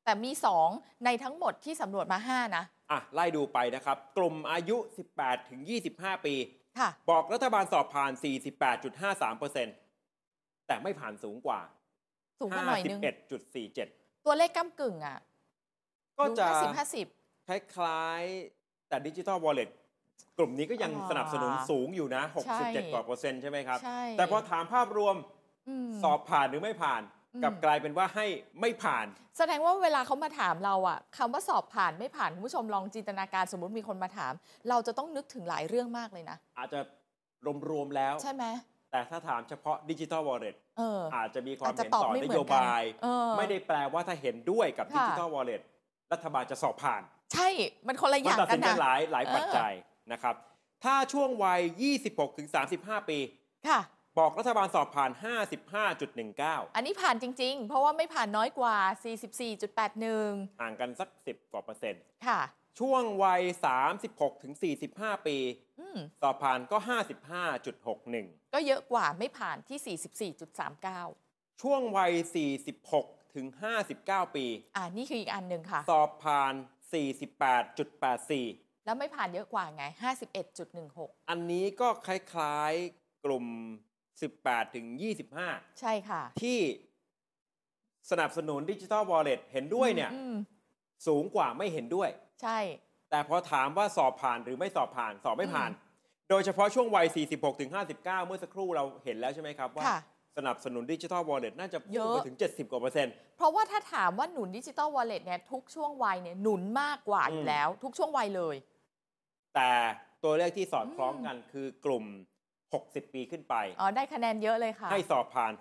[SPEAKER 3] แต่มีสองในทั้งหมดที่สำรวจมาห้านะ
[SPEAKER 2] อ่ะไล่ดูไปนะครับ กลุ่มอายุ 18 ถึง 25 ปี
[SPEAKER 3] ค่ะ
[SPEAKER 2] บอกรัฐบาลสอบผ่าน 48.53%แต่ไม่ผ่านสูงกว่า
[SPEAKER 3] สูงมาหน่อยนึง
[SPEAKER 2] 51.47
[SPEAKER 3] ตัวเลขก้ากึ่งอ่ะ
[SPEAKER 2] ก็จะ
[SPEAKER 3] ห้าสิบห้าสิบ
[SPEAKER 2] คล้ายๆ แต่ดิจิ t a ลวอลเล็ตกลุ่มนี้ก็ยัง
[SPEAKER 3] อ่า
[SPEAKER 2] สนับสนุนสูงอยู่นะ
[SPEAKER 3] ใช่
[SPEAKER 2] 67 กว่าเปอร์เซ็นต์ใช่ไหมครับ
[SPEAKER 3] ใช่
[SPEAKER 2] แต่พอถามภาพรวม
[SPEAKER 3] ม
[SPEAKER 2] สอบผ่านหรือไม่ผ่าน
[SPEAKER 3] อืม
[SPEAKER 2] กลับกลายเป็นว่าให้ไม่ผ่าน
[SPEAKER 3] แสดงว่าเวลาเขามาถามเราอะคำว่าสอบผ่านไม่ผ่าน คุณผู้ชมลองจินตนาการสมมติมีคนมาถาม เราจะต้องนึกถึงหลายเรื่องมากเลยนะ
[SPEAKER 2] อาจจะรวมๆแล้ว
[SPEAKER 3] ใช่ไหม
[SPEAKER 2] แต่ถ้าถามเฉพาะดิจิ t a ลวอลเล็ต
[SPEAKER 3] เอออ
[SPEAKER 2] อาจจะมีความ
[SPEAKER 3] อาจจะ
[SPEAKER 2] เห็น
[SPEAKER 3] ตอบ
[SPEAKER 2] ต่อ
[SPEAKER 3] ไม่
[SPEAKER 2] น
[SPEAKER 3] เหมือนกัน
[SPEAKER 2] โยบาย
[SPEAKER 3] เออ
[SPEAKER 2] ไม่ได้แปลว่าถ้าเห็นด้วยกับ
[SPEAKER 3] ค่ะ
[SPEAKER 2] ดิจิทัลวอลเล็ตรัฐบาลจะสอบผ่าน
[SPEAKER 3] ใช่มันคนละอ
[SPEAKER 2] มัน
[SPEAKER 3] ย่าง
[SPEAKER 2] ตัด
[SPEAKER 3] กั
[SPEAKER 2] สิ
[SPEAKER 3] น
[SPEAKER 2] น
[SPEAKER 3] นะ
[SPEAKER 2] กันหลายหลาย
[SPEAKER 3] เออ
[SPEAKER 2] ปัจจัยนะครับ ถ้าช่วงวัย 26 ถึง 35 ปี
[SPEAKER 3] ค่ะ
[SPEAKER 2] บอกรัฐบาลสอบผ่าน 55.19
[SPEAKER 3] อันนี้ผ่านจริง ๆ เพราะว่าไม่ผ่านน้อยกว่า 44.81
[SPEAKER 2] ห่างกันสัก 10 กว่าเปอร์เซ็นต์
[SPEAKER 3] ค่ะ
[SPEAKER 2] ช่วงวัย 36 ถึง 45 ปี
[SPEAKER 3] อืม
[SPEAKER 2] สอบผ่านก็ 55.61
[SPEAKER 3] ก็เยอะกว่าไม่ผ่านที่ 44.39
[SPEAKER 2] ช่วงวัย 46 ถึง 59 ปี
[SPEAKER 3] อ่านี่คืออีกอันหนึ่งค่ะ
[SPEAKER 2] สอบผ่าน 48.84
[SPEAKER 3] แล้วไม่ผ่านเยอะกว่าไง 51.16
[SPEAKER 2] อันนี้ก็คล้ายๆกลุ่ม 18 ถึง 25
[SPEAKER 3] ใช่ค่ะ
[SPEAKER 2] ที่สนับสนุนดิจิ t a ลวอลเล็ตเห็นด้วยเนี่ย
[SPEAKER 3] อืม
[SPEAKER 2] สูงกว่าไม่เห็นด้วย
[SPEAKER 3] ใช่
[SPEAKER 2] แต่พอถามว่าสอบผ่านหรือไม่สอบผ่าน สอบไม่ผ่าน โดยเฉพาะช่วงวัย 46 ถึง 59 เมื่อสักครู่เราเห็นแล้วใช่ไหมครับ ว่า
[SPEAKER 3] ค่ะ
[SPEAKER 2] สนับสนุนดิจิ t a ลวอลเล็ตน่าจะ
[SPEAKER 3] เย
[SPEAKER 2] พุ่ง
[SPEAKER 3] อะ
[SPEAKER 2] ไปถึง 70 กว่าเปอร์เซ็นต์
[SPEAKER 3] เพราะว่าถ้าถามว่าหนุนดิจิตอลวอลเล็ตเนี่ยทุกช่วงวัยเนี่ยหนุนมากกว่า
[SPEAKER 2] อืม
[SPEAKER 3] อยู่แล้ว ทุกช่วงวัยเลย
[SPEAKER 2] แต่ตัวเลขที่สอดคล้องกันคือกลุ่ม 60 ปีขึ้นไป
[SPEAKER 3] อ๋อ ได้คะแนนเยอะเลยค่ะ
[SPEAKER 2] ให้สอบผ่าน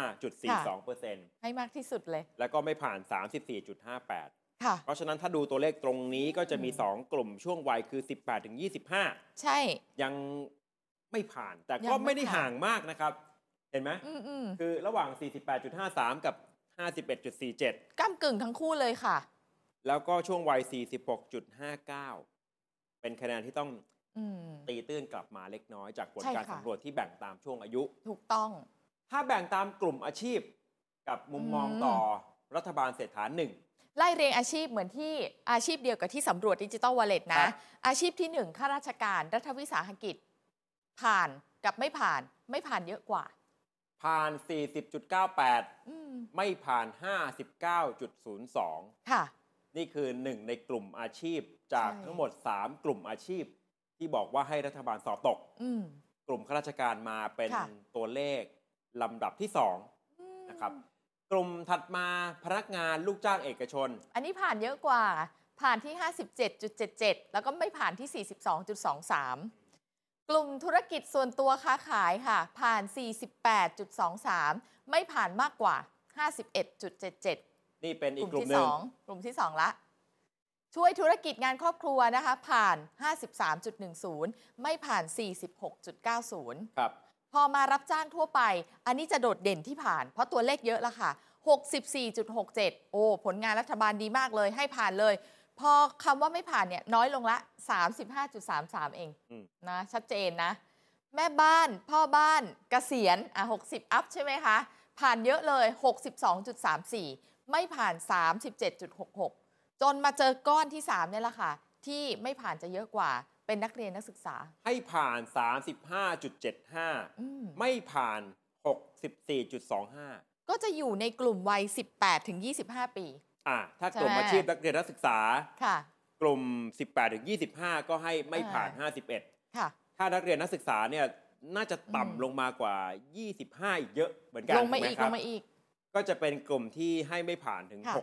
[SPEAKER 2] 65.42เปอร์เซ็นต์
[SPEAKER 3] ให้มากที่สุดเลย
[SPEAKER 2] แล้วก็ไม่ผ่าน 34.58
[SPEAKER 3] ค่ะ
[SPEAKER 2] เพราะฉะนั้นถ้าดูตัวเลขตรงนี้ก็จะมี
[SPEAKER 3] อืม
[SPEAKER 2] 2 กลุ่มช่วงวัยคือ 18 ถึง 25
[SPEAKER 3] ใช่
[SPEAKER 2] ยังไม่ผ่านแต่
[SPEAKER 3] ยัง
[SPEAKER 2] ก็
[SPEAKER 3] ไม่
[SPEAKER 2] ไม่ได้
[SPEAKER 3] ผ่าน
[SPEAKER 2] ห่างมากนะครับ เห็นไหม
[SPEAKER 3] อืมอืม
[SPEAKER 2] คือระหว่าง 48.53 กับ 51.47
[SPEAKER 3] ก้ามกึ่งทั้งคู่เลยค่ะ
[SPEAKER 2] แล้วก็ช่วงวัย 46.59 เป็นคะแนนที่ต้อง
[SPEAKER 3] อืม
[SPEAKER 2] ตีตื้นกลับมาเล็กน้อยจากผล
[SPEAKER 3] ใช่
[SPEAKER 2] การ
[SPEAKER 3] ค่ะ
[SPEAKER 2] สำรวจที่แบ่งตามช่วงอายุ
[SPEAKER 3] ถูกต้อง
[SPEAKER 2] ถ้าแบ่งตามกลุ่มอาชีพกับมุมมองต่ออรัฐบาลเศรษฐาหนึ่ง
[SPEAKER 3] ไล่เรียงอาชีพเหมือนที่อาชีพเดียวกับที่สำรวจดิจิตอลวอลเล็ต
[SPEAKER 2] ครั
[SPEAKER 3] นะ
[SPEAKER 2] บ
[SPEAKER 3] อาชีพที่หนึ่งข้าราชการรัฐวิสาหกิจ ผ่านกับไม่ผ่านไม่ผ่านเยอะกว่า
[SPEAKER 2] ผ่าน 40.98
[SPEAKER 3] อืม
[SPEAKER 2] ไม่ผ่าน 59.02
[SPEAKER 3] ค่ะ
[SPEAKER 2] นี่คือหนึ่งในกลุ่มอาชีพจาก
[SPEAKER 3] ใช่
[SPEAKER 2] ทั้งหมด 3 กลุ่มอาชีพ ที่บอกว่าให้รัฐบาลสอบตก
[SPEAKER 3] อืม
[SPEAKER 2] กลุ่มข้าราชการมาเป็น
[SPEAKER 3] ค่ะ
[SPEAKER 2] ตัวเลขลำดับที่ 2 นะครับ กลุ่มถัดมาพนักงานลูกจ้างเอกชน
[SPEAKER 3] อันนี้ผ่านเยอะกว่า ผ่านที่ 57.77 แล้วก็ไม่ผ่านที่ 42.23 กลุ่มธุรกิจส่วนตัวค้าขายค่ะ ผ่าน 48.23 ไม่ผ่านมากกว่า 51.77
[SPEAKER 2] นี่เป็น
[SPEAKER 3] ก
[SPEAKER 2] อีก
[SPEAKER 3] ลุ่ม
[SPEAKER 2] กลุ่ม
[SPEAKER 3] ที่
[SPEAKER 2] หนึ่ง
[SPEAKER 3] 2 กลุ่มที่ 2 ละ ช่วยธุรกิจงานครอบครัวนะคะ ผ่าน 53.10 ไม่ผ่าน 46.90
[SPEAKER 2] ครับ
[SPEAKER 3] พอมารับจ้างทั่วไป อันนี้จะโดดเด่นที่ผ่าน เพราะตัวเลขเยอะละค่ะ 64.67 โอ้ ผลงานรัฐบาลดีมากเลย ให้ผ่านเลย พอคำว่าไม่ผ่านเนี่ยน้อยลงละ 35.33 เอง
[SPEAKER 2] อืม
[SPEAKER 3] นะ ชัดเจนนะ แม่บ้าน พ่อบ้านเกษียณอ่ะ60 อัพใช่ไหมคะ ผ่านเยอะเลย 62.34 ไม่ผ่าน 37.66 จนมาเจอก้อนที่ 3 เนี่ยละค่ะ ที่ไม่ผ่านจะเยอะกว่า เป็นนักเรียนนักศึกษา
[SPEAKER 2] ให้ผ่าน 35.75
[SPEAKER 3] อืม
[SPEAKER 2] ไม่ผ่าน 64.25
[SPEAKER 3] ก็จะอยู่ในกลุ่มวัย 18 ถึง 25 ปี
[SPEAKER 2] อ่าถ้ากลุ่ม
[SPEAKER 3] ใช่
[SPEAKER 2] อาชีพนักเรียนนักศึกษา
[SPEAKER 3] ค่ะ
[SPEAKER 2] กลุ่ม 18 ถึง 25 ก็ให้ไม่ผ่าน
[SPEAKER 3] อ่า
[SPEAKER 2] 51
[SPEAKER 3] ค่ะ
[SPEAKER 2] ถ้านักเรียนนักศึกษาเนี่ยน่าจะต่ำ
[SPEAKER 3] อืม
[SPEAKER 2] ลงมากว่า 25 อีกเยอะเหมือนกัน
[SPEAKER 3] ลงมา
[SPEAKER 2] ถู
[SPEAKER 3] อีก
[SPEAKER 2] ไหค
[SPEAKER 3] ล
[SPEAKER 2] รับ
[SPEAKER 3] งมาอีก
[SPEAKER 2] ก็จะเป็นกลุ่มที่ให้ไม่ผ่านถึง
[SPEAKER 3] ค่ะ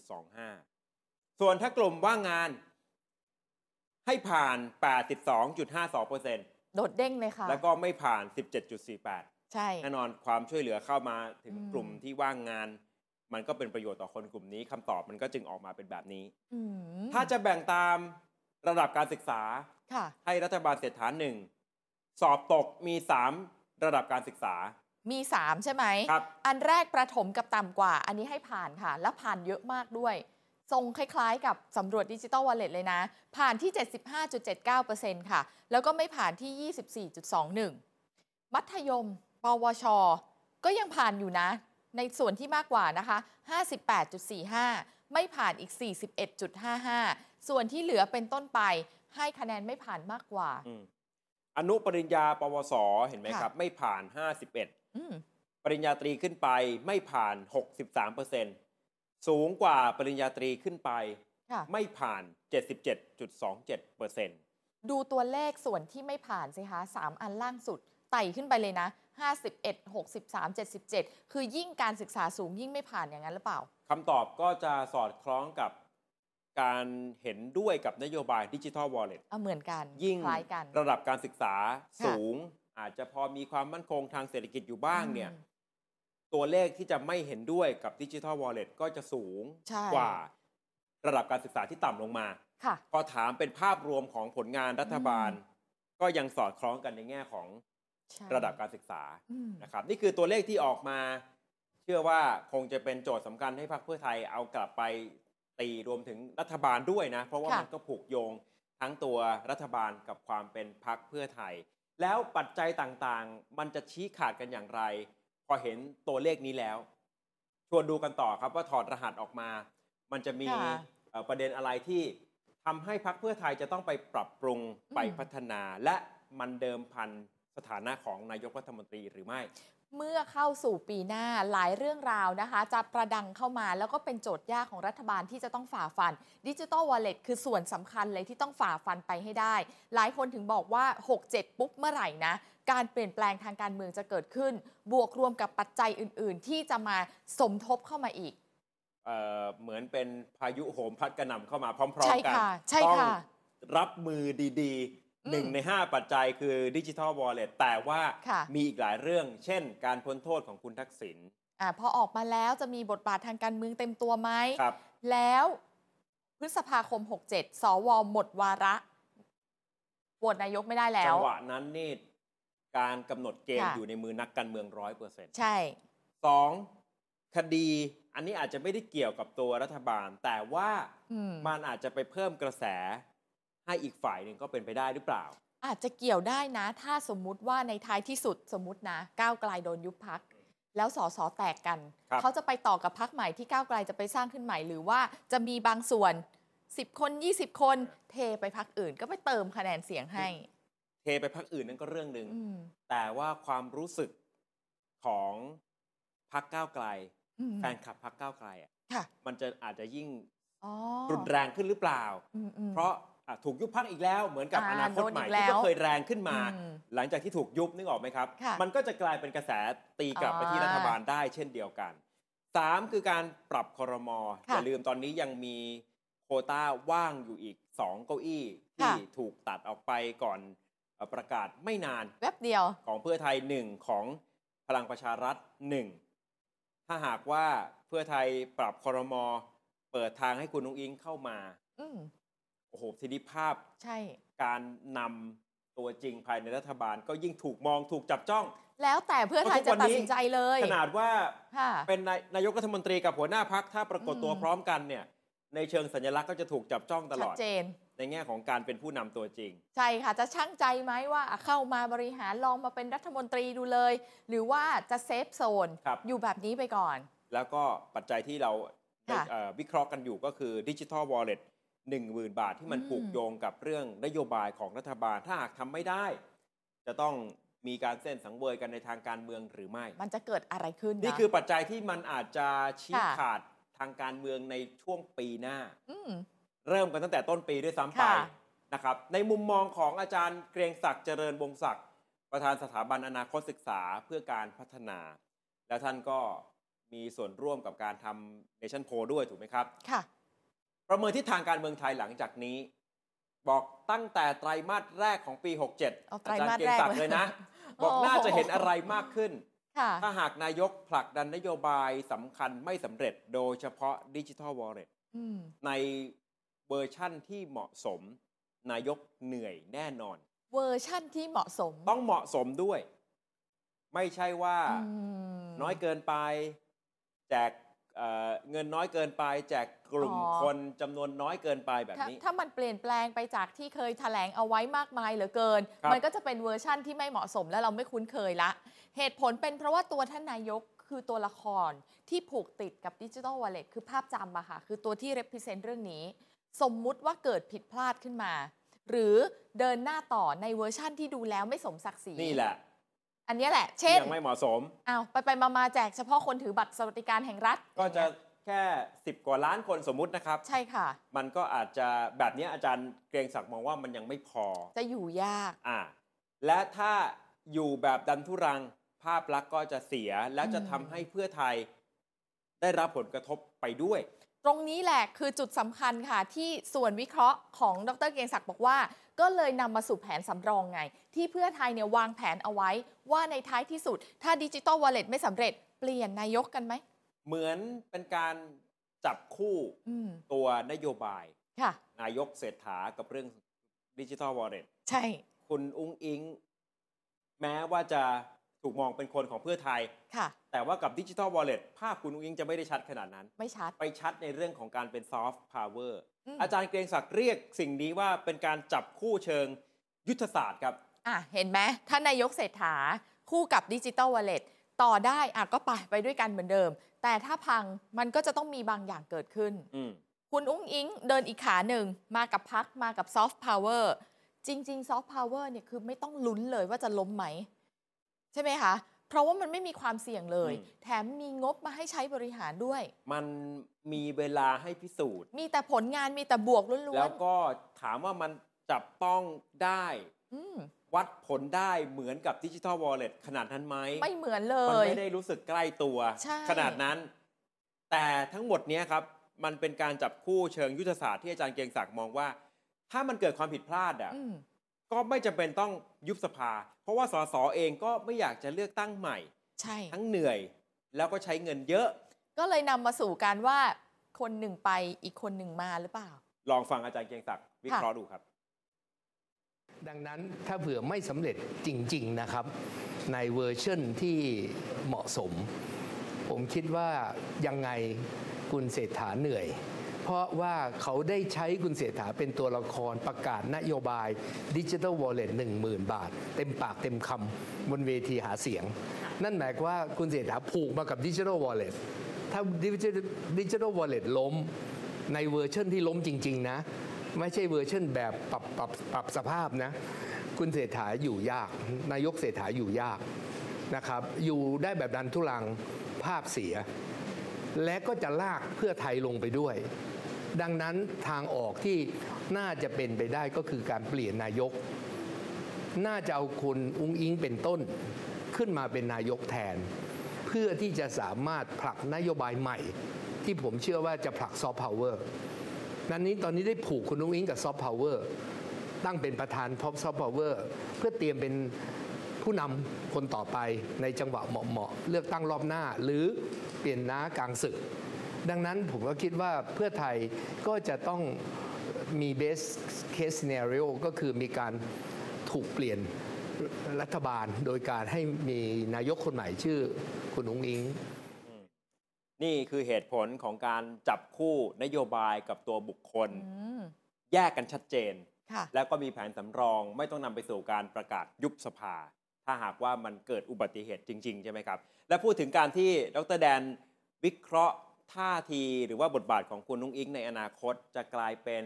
[SPEAKER 2] 64.25 ส่วนถ้ากลุ่มว่างงาน ให้ผ่าน 82.52%
[SPEAKER 3] โดดเด้งเลยค่ะ
[SPEAKER 2] แล้วก็ไม่ผ่าน 17.48
[SPEAKER 3] ใช่
[SPEAKER 2] แน่นอนความช่วยเหลือเข้ามาถึง
[SPEAKER 3] อืม
[SPEAKER 2] กลุ่มที่ว่างงาน มันก็เป็นประโยชน์ต่อคนกลุ่มนี้คำตอบมันก็จึงออกมาเป็นแบบนี้
[SPEAKER 3] อืม
[SPEAKER 2] ถ้าจะแบ่งตามระดับการศึกษา
[SPEAKER 3] ค่ะ
[SPEAKER 2] ให้รัฐบาลเศรษฐาหนึ่งสอบตกมี 3 ระดับการศึกษา
[SPEAKER 3] มีสามใช่ไหม
[SPEAKER 2] ครับ
[SPEAKER 3] อันแรกประถมกับต่ำกว่า อันนี้ให้ผ่านค่ะ และผ่านเยอะมากด้วย ทรงคล้ายๆ กับสำรวจดิจิ t a ลวอลเล็ตเลยนะ ผ่านที่ 75.79%ค่ะ แล้วก็ไม่ผ่านที่ 24.21 มัธยม ปวช ก็ยังผ่านอยู่นะ ในส่วนที่มากกว่านะคะ 58.45 ไม่ผ่านอีก 41.55 ส่วนที่เหลือเป็นต้นไป ให้คะแนนไม่ผ่านมากกว่า
[SPEAKER 2] อืมอนุปริญญาปวส เห็นไหม
[SPEAKER 3] ค่ะ
[SPEAKER 2] ครับ ไม่ผ่าน 51
[SPEAKER 3] อืม
[SPEAKER 2] ปริญญาตรีขึ้นไปไม่ผ่าน 63%สูงกว่าปริญญาตรีขึ้นไป
[SPEAKER 3] ค่ะ
[SPEAKER 2] ไม่ผ่าน 77.27%
[SPEAKER 3] ดูตัวเลขส่วนที่ไม่ผ่านสิคะ3อันล่างสุด ไต่ขึ้นไปเลยนะ 51 63 77 คือยิ่งการศึกษาสูงยิ่งไม่ผ่านอย่างนั้นหรือเปล่า
[SPEAKER 2] คำตอบก็จะสอดคล้องกับการเห็นด้วยกับนโยบายดิจิทัลวอลเล็ต
[SPEAKER 3] เอาเหมือนกัน
[SPEAKER 2] ยิ่ง
[SPEAKER 3] คล้ายกัน
[SPEAKER 2] ระดับการศึกษา
[SPEAKER 3] ค่ะ
[SPEAKER 2] สูง อาจจะพอมีความมั่นคงทางเศรษฐกิจอยู่บ้างเนี่ย
[SPEAKER 3] อืม
[SPEAKER 2] ตัวเลขที่จะไม่เห็นด้วยกับดิจิทัลวอลเล็ตก็จะสูง
[SPEAKER 3] ใช่
[SPEAKER 2] กว่าระดับการศึกษาที่ต่ำลงมา
[SPEAKER 3] ค่ะ
[SPEAKER 2] พอถามเป็นภาพรวมของผลงานรัฐบาล ก็ยังสอดคล้องกันในแง่ของ
[SPEAKER 3] ใช่
[SPEAKER 2] ระดับการศึกษา
[SPEAKER 3] อืม
[SPEAKER 2] นะครับ นี่คือตัวเลขที่ออกมา เชื่อว่าคงจะเป็นโจทย์สำคัญให้พรรคเพื่อไทยเอากลับไปตีรวมถึงรัฐบาลด้วยนะ เพราะว่ามันก็ผูกโยงทั้งตัวรัฐบาลกับความเป็นพรรคเพื่อไทย แล้วปัจจัยต่างๆ มันจะชี้ขาดกันอย่างไร พอเห็นตัวเลขนี้แล้ว ชวนดูกันต่อครับว่าถอดรหัสออกมา มันจะมี
[SPEAKER 3] ค่ะ
[SPEAKER 2] เอ่อประเด็นอะไรที่ทำให้พรรคเพื่อไทยจะต้องไปปรับปรุงไปพัฒนา และมันเดิมพันสถานะของนายกรัฐมนตรีหรือไม่
[SPEAKER 3] เมื่อเข้าสู่ปีหน้าหลายเรื่องราวนะคะ จะประดังเข้ามาแล้วก็เป็นโจทย์ยากของรัฐบาลที่จะต้องฝ่าฟันดิจิ t a ลวอลเล็ตคือส่วนสำคัญเลยที่ต้องฝ่าฟันไปให้ได้ หลายคนถึงบอกว่า 67 ปุ๊บเมื่อไหร่นะ การเปลี่ยนแปลงทางการเมืองจะเกิดขึ้น บวกรวมกับปัจจัยอื่น ๆ ที่จะมาสมทบเข้ามาอีก
[SPEAKER 2] เอ่อเหมือนเป็นพายุโหมพัดกระหน่ำเข้ามาพร้อม
[SPEAKER 3] ใช่
[SPEAKER 2] ๆ กัน
[SPEAKER 3] ค่ะใช่
[SPEAKER 2] ต้อง
[SPEAKER 3] ค่ะ
[SPEAKER 2] รับมือดีๆ
[SPEAKER 3] อืม
[SPEAKER 2] หนึ่งใน 5 ปัจจัยคือดิจิทัลวอลเล็ตแต่ว่า
[SPEAKER 3] ค่ะ
[SPEAKER 2] มีอีกหลายเรื่อง เช่น การพ้นโทษของคุณทักษิณ
[SPEAKER 3] อาพอออกมาแล้วจะมีบทบาททางการเมืองเต็มตัวไหม
[SPEAKER 2] ครับ
[SPEAKER 3] แล้วพฤษภาคม 67 สวหมดวาระโหวตนายกไม่ได้แล้
[SPEAKER 2] จั
[SPEAKER 3] ว
[SPEAKER 2] งหวะนั้นนี่การกำหนดเกม
[SPEAKER 3] ค่ะ
[SPEAKER 2] อยู่ในมือนักการเมืองร้อยเปอร์เซ็นต์
[SPEAKER 3] ใช่
[SPEAKER 2] สองคดี อันนี้อาจจะไม่ได้เกี่ยวกับตัวรัฐบาล แต่ว่า
[SPEAKER 3] อืม
[SPEAKER 2] มันอาจจะไปเพิ่มกระแส ให้อีกฝ่ายหนึ่งก็เป็นไปได้หรือเปล่า
[SPEAKER 3] อาจจะเกี่ยวได้นะ ถ้าสมมุติว่าในท้ายที่สุดสมมตินะ ก้าวไกลโดนยุบพัก แล้วสอสอแตกกัน
[SPEAKER 2] ครับ
[SPEAKER 3] เขาจะไปต่อกับพักใหม่ที่ก้าวไกลจะไปสร้างขึ้นใหม่ หรือว่าจะมีบางส่วน 10 คน 20 คนเทไปพักอื่น ก็ไปเติมคะแนนเสียงให้
[SPEAKER 2] เทไปพักอื่นนั่นก็เรื่องหนึ่ง
[SPEAKER 3] อืม
[SPEAKER 2] แต่ว่าความรู้สึกของพักก้าวไกล
[SPEAKER 3] อืม
[SPEAKER 2] แฟนคลับพักก้าวไกลอ่ะ
[SPEAKER 3] ค่ะ
[SPEAKER 2] มันจะอาจจะยิ่ง
[SPEAKER 3] อ๋อ
[SPEAKER 2] รุนแรงขึ้นหรือเปล่า
[SPEAKER 3] อืมอืม
[SPEAKER 2] เพราะอ่ะถูกยุบพักอีกแล้ว เหมือนกับ
[SPEAKER 3] อ่า
[SPEAKER 2] อนาคตใหม่
[SPEAKER 3] โดนอีกแล้ว
[SPEAKER 2] ที่ก็เคยแรงขึ้นมา
[SPEAKER 3] อืม
[SPEAKER 2] หลังจากที่ถูกยุบนึกออกไหมครับ
[SPEAKER 3] ค่ะ
[SPEAKER 2] มันก็จะกลายเป็นกระแสตีกลับไปที่
[SPEAKER 3] อ่า
[SPEAKER 2] รัฐบาลได้เช่นเดียวกันสามคือการปรับครม
[SPEAKER 3] ค่ะ
[SPEAKER 2] อย่าลืมตอนนี้ยังมีโควต้าว่างอยู่อีกสองเก้าอี้ที่
[SPEAKER 3] ค่ะ
[SPEAKER 2] ถูกตัดออกไปก่อนเอ่อประกาศไม่นาน
[SPEAKER 3] แวบเดียว
[SPEAKER 2] ของเพื่อไทยหนึ่งของพลังประชารัฐหนึ่งถ้าหากว่าเพื่อไทยปรับครมอเปิดทางให้คุณนุ้งอิงเข้ามา
[SPEAKER 3] อืม
[SPEAKER 2] โอ้โหทีนี้ภาพ
[SPEAKER 3] ใช่
[SPEAKER 2] การนำตัวจริงภายในรัฐบาลก็ยิ่งถูกมองถูกจับจ้อง
[SPEAKER 3] แล้วแต่เพื่อไทยจะตัดสินใจเลย
[SPEAKER 2] ขนาดว่า
[SPEAKER 3] ค่ะ
[SPEAKER 2] เป็นนายนายกรัฐมนตรีกับหัวหน้าพักถ้าปรากฏตัว
[SPEAKER 3] อืม
[SPEAKER 2] พร้อมกันเนี่ย ในเชิงสัญลักษณ์ก็จะถูกจับจ้องตล
[SPEAKER 3] ชัด
[SPEAKER 2] อด
[SPEAKER 3] เจน
[SPEAKER 2] ในแง่ของการเป็นผู้นำตัวจริง
[SPEAKER 3] ใช่ค่ะ จะช่างใจไหมว่าอ่ะเข้ามาบริหารลองมาเป็นรัฐมนตรีดูเลย หรือว่าจะเซฟโซน
[SPEAKER 2] ครับ
[SPEAKER 3] อยู่แบบนี้ไปก่อน
[SPEAKER 2] แล้วก็ปัจจัยที่เราได้
[SPEAKER 3] ค่ะ
[SPEAKER 2] เอ่อวิเคราะห์กันอยู่ก็คือดิจิทัลวอลเล็ตหนึ่งหมื่นบาทที่มัน
[SPEAKER 3] อืม
[SPEAKER 2] ผูกโยงกับเรื่องนโยบายของรัฐบาลถ้าหากทำไม่ได้ จะต้องมีการเส้นสังเวยกันในทางการเมืองหรือไม่
[SPEAKER 3] มันจะเกิดอะไรขึ้นะ
[SPEAKER 2] นี่คือปัจจัยที่มันอาจจะชี้
[SPEAKER 3] ค่ะ
[SPEAKER 2] ขาดทางการเมืองในช่วงปีหน้า
[SPEAKER 3] ม
[SPEAKER 2] เริ่มกันตั้งแต่ต้นปีด้วยซ้ำไป
[SPEAKER 3] ค่ะ
[SPEAKER 2] นะครับในมุมมองของอาจารย์เกรียงศักดิ์เจริญวงศักดิ์ประธานสถาบันอนาคตศึกษาเพื่อการพัฒนา แล้วท่านก็มีส่วนร่วมกับการทำเนชั่นโพด้วยถูกไหมครับ
[SPEAKER 3] ค่ะ
[SPEAKER 2] ประเมินทิศทางการเมืองไทยหลังจากนี้ บอกตั้งแต่ไตรมาสแรกของปี 67
[SPEAKER 3] เอาไตร
[SPEAKER 2] อาจารย์เก
[SPEAKER 3] มาส
[SPEAKER 2] รียงศักดิ์
[SPEAKER 3] แรกเลย
[SPEAKER 2] เลยนะ บอก
[SPEAKER 3] โอ้โห
[SPEAKER 2] น่าจะเห็นอะไรมากขึ้น
[SPEAKER 3] ค่ะ
[SPEAKER 2] ถ้าหากนายกผลักดันนโยบายสำคัญไม่สำเร็จโดยเฉพาะดิจิทัลวอลเล็ต
[SPEAKER 3] อืม
[SPEAKER 2] ในเวอร์ชั่นที่เหมาะสม นายกเหนื่อยแน่นอน
[SPEAKER 3] เวอร์ชั่นที่เหมาะสม
[SPEAKER 2] ต้องเหมาะสมด้วย ไม่ใช่ว่า
[SPEAKER 3] อืม
[SPEAKER 2] น้อยเกินไป แจกเอ่อเงินน้อยเกินไป แจกกลุ่ม
[SPEAKER 3] อ๋อ
[SPEAKER 2] คนจำนวนน้อยเกินไปแบบ
[SPEAKER 3] ถ้า
[SPEAKER 2] นี้
[SPEAKER 3] ถ้ามันเปลี่ยนแปลงไปจากที่เคยแถลงเอาไว้มากมายเหลือเกิน
[SPEAKER 2] ครับ
[SPEAKER 3] มันก็จะเป็นเวอร์ชั่นที่ไม่เหมาะสมและเราไม่คุ้นเคยละ เหตุผลเป็นเพราะว่าตัวท่านนายกคือตัวละครที่ผูกติดกับดิจิ t a ลวอลเล็ตคือภาพจำอะค่ะ คือตัวที่ represent เรื่องนี้ สมมุติว่าเกิดผิดพลาดขึ้นมา หรือเดินหน้าต่อในเวอร์ชั่นที่ดูแล้วไม่สมศักดิ์ศรี
[SPEAKER 2] นี่แหละ
[SPEAKER 3] อันเนี้ยแหละ เช่น
[SPEAKER 2] ยังไม่เหมาะสม
[SPEAKER 3] อ้าวไปไปมามาแจกเฉพาะคนถือบัตรสวัสดิการแห่งรัฐ
[SPEAKER 2] ก็จะแค่ 10 กว่าล้านคนสมมุตินะครับ
[SPEAKER 3] ใช่ค่ะ
[SPEAKER 2] มันก็อาจจะแบบนี้อาจารย์เกรงศักดิ์มองว่ามันยังไม่พอ
[SPEAKER 3] จะอยู่ยาก
[SPEAKER 2] อ่า และถ้าอยู่แบบดันทุรัง ภาพลักษณ์ก็จะเสีย และจะทำให้เพื่อไทย ได้รับผลกระทบไปด้วย
[SPEAKER 3] ตรงนี้แหละคือจุดสำคัญค่ะ ที่ส่วนวิเคราะห์ของดรเกรียงศักดิ์บอกว่า ก็เลยนำมาสู่แผนสำรองไง ที่เพื่อไทยเนี่ยวางแผนเอาไว้ ว่าในท้ายที่สุด ถ้าดิจิตอลวอลเล็ตไม่สำเร็จ เปลี่ยนนายกกันไหม
[SPEAKER 2] เหมือนเป็นการจับคู่
[SPEAKER 3] อืม
[SPEAKER 2] ตัวนโยบาย
[SPEAKER 3] ค่ะ
[SPEAKER 2] นายกเศรษฐากับเรื่องดิจิทัลวอลเล็ต
[SPEAKER 3] ใช่
[SPEAKER 2] คุณอุ้งอิง แม้ว่าจะถูกมองเป็นคนของเพื่อไทย
[SPEAKER 3] ค่ะ
[SPEAKER 2] แต่ว่ากับดิจิทัลวอลเล็ตภาพคุณอุ้งอิงจะไม่ได้ชัดขนาดนั้น
[SPEAKER 3] ไม่ชัด
[SPEAKER 2] ไปชัดในเรื่องของการเป็นซอฟต์พาวเวอร์
[SPEAKER 3] ม
[SPEAKER 2] อาจารย์เกรียงศักดิ์เรียกสิ่งนี้ว่าเป็นการจับคู่เชิงยุทธศาสตร์ครับ
[SPEAKER 3] อ่ะเห็นไหมท่านนายกเศรษฐา คู่กับดิจิตอลวอลเล็ตต่อได้อ่ะก็ไปไปด้วยกันเหมือนเดิม แต่ถ้าพังมันก็จะต้องมีบางอย่างเกิดขึ้น
[SPEAKER 2] อืม
[SPEAKER 3] คุณอุ้งอิงเดินอีกขาหนึ่ง มากับพักมากับซอฟต์พาวเวอร์จริง ๆ ซอฟต์พาวเวอร์เนี่ยคือไม่ต้องลุ้นเลยว่าจะล้มไหม ใช่ไหมคะ เพราะว่ามันไม่มีความเสี่ยงเลย
[SPEAKER 2] อืม
[SPEAKER 3] แถมมีงบมาให้ใช้บริหารด้วย
[SPEAKER 2] มันมีเวลาให้พิสูจน์
[SPEAKER 3] มีแต่ผลงานมีแต่บวกล้วน
[SPEAKER 2] แล้วก็ถามว่ามันจับต้องได้
[SPEAKER 3] ๆอืม
[SPEAKER 2] วัดผลได้เหมือนกับดิจิทัลวอลเล็ตขนาดนั้นไหม
[SPEAKER 3] ไม่เหมือนเล
[SPEAKER 2] มัน
[SPEAKER 3] ย
[SPEAKER 2] ไม่ได้รู้สึกใกล้ตัว
[SPEAKER 3] ใช่
[SPEAKER 2] ขนาดนั้น แต่ทั้งหมดเนี้ยครับ มันเป็นการจับคู่เชิงยุทธศาสตร์ที่อาจารย์เกรียงศักดิ์มองว่า ถ้ามันเกิดความผิดพลาดอ่ะ
[SPEAKER 3] อืม
[SPEAKER 2] ก็ไม่จำเป็นต้องยุบสภา เพราะว่าสสเองก็ไม่อยากจะเลือกตั้งใหม่
[SPEAKER 3] ใช่
[SPEAKER 2] ทั้งเหนื่อย แล้วก็ใช้เงินเยอะ
[SPEAKER 3] ก็เลยนำมาสู่การว่าคนหนึ่งไปอีกคนหนึ่งมาหรือเปล่า
[SPEAKER 2] ลองฟังอาจารย์เกรียงศักดิ์วิเคราะห์ดูครับ
[SPEAKER 4] ดังนั้นถ้าเผื่อไม่สำเร็จจริง ๆ นะครับ ในเวอร์ชันที่เหมาะสม ผมคิดว่ายังไงคุณเศรษฐาเหนื่อย เพราะว่าเขาได้ใช้คุณเศรษฐาเป็นตัวละครประกาศนโยบายดิจิ t a ลวอลเล็ต1 0,000 บาท เต็มปากเต็มคำบนเวทีหาเสียง นั่นหมายความว่าคุณเศรษฐาผูกมากับดิจิ t a ลวอลเล็ตถ้าดิจิ t a ลวอลเล็ตล้ม ในเวอร์ชันที่ล้มจริง ๆ นะ ไม่ใช่เวอร์ชันแบบปรับปรับปรับสภาพนะ คุณเศรษฐาอยู่ยาก นายกเศรษฐาอยู่ยากนะครับ อยู่ได้แบบดันทุลังภาพเสีย และก็จะลากเพื่อไทยลงไปด้วย ดังนั้นทางออกที่น่าจะเป็นไปได้ก็คือการเปลี่ยนนายก น่าจะเอาคุณอุ้งอิงเป็นต้นขึ้นมาเป็นนายกแทน เพื่อที่จะสามารถผลักนโยบายใหม่ ที่ผมเชื่อว่าจะผลักซอฟต์พาวเวอร์นั้นนี้ตอนนี้ได้ผูกคุณอุ้งอิงกับซอฟต์พาวเวอร์ตั้งเป็นประธานพอซอฟต์พาวเวอร์เพื่อเตรียมเป็นผู้นำคนต่อไปในจังหวะเหมาะๆเลือกตั้งรอบหน้า หรือเปลี่ยนน้ากลางศึก ดังนั้นผมก็คิดว่าเพื่อไทยก็จะต้องมีเบสเคส e เน r ร o ก็คือมีการถูกเปลี่ยนรัฐบาลโดยการให้มีนายกคนใหม่ชื่อคุณอุ้งอิง
[SPEAKER 2] นี่คือเหตุผลของการจับคู่นโยบายกับตัวบุคคล
[SPEAKER 3] อืม
[SPEAKER 2] แยกกันชัดเจน
[SPEAKER 3] ค่ะ
[SPEAKER 2] แล้วก็มีแผนสำรองไม่ต้องนำไปสู่การประกาศยุบสภา ถ้าหากว่ามันเกิดอุบัติเหตุจริง ๆ ใช่ไหมครับ และพูดถึงการที่ดรแดนวิเคราะห์ท่าทีหรือว่าบทบาทของคุณนุ้งอิงในอนาคตจะกลายเป็น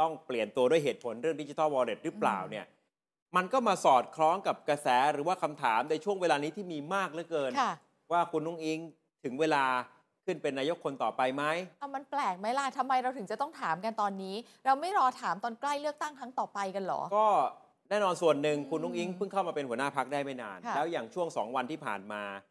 [SPEAKER 2] ต้องเปลี่ยนตัวด้วยเหตุผลเรื่องดิจิทัลวอลเล็ตหรือเปล่า
[SPEAKER 3] อืม
[SPEAKER 2] เนี่ยมันก็มาสอดคล้องกับกระแสหรือว่าคำถามในช่วงเวลานี้ที่มีมากเหลือเกิน
[SPEAKER 3] ค่ะ
[SPEAKER 2] ว่าคุณนุ้งอิงถึงเวลาขึ้นเป็นนายกคนต่อไปไหม
[SPEAKER 3] เอามันแปลกไหมล่ะทำไมเราถึงจะต้องถามกันตอนนี้ เราไม่รอถามตอนใกล้เลือกตั้งครั้งต่อไปกันเหรอ
[SPEAKER 2] ก็แน่นอนส่วนหนึ่ง
[SPEAKER 3] อืม
[SPEAKER 2] คุณนุ้งอิงเพิ่งเข้ามาเป็นหัวหน้าพักได้ไม่นาน
[SPEAKER 3] ค่ะ
[SPEAKER 2] แล้วอย่างช่วงสองวันที่ผ่านมา ท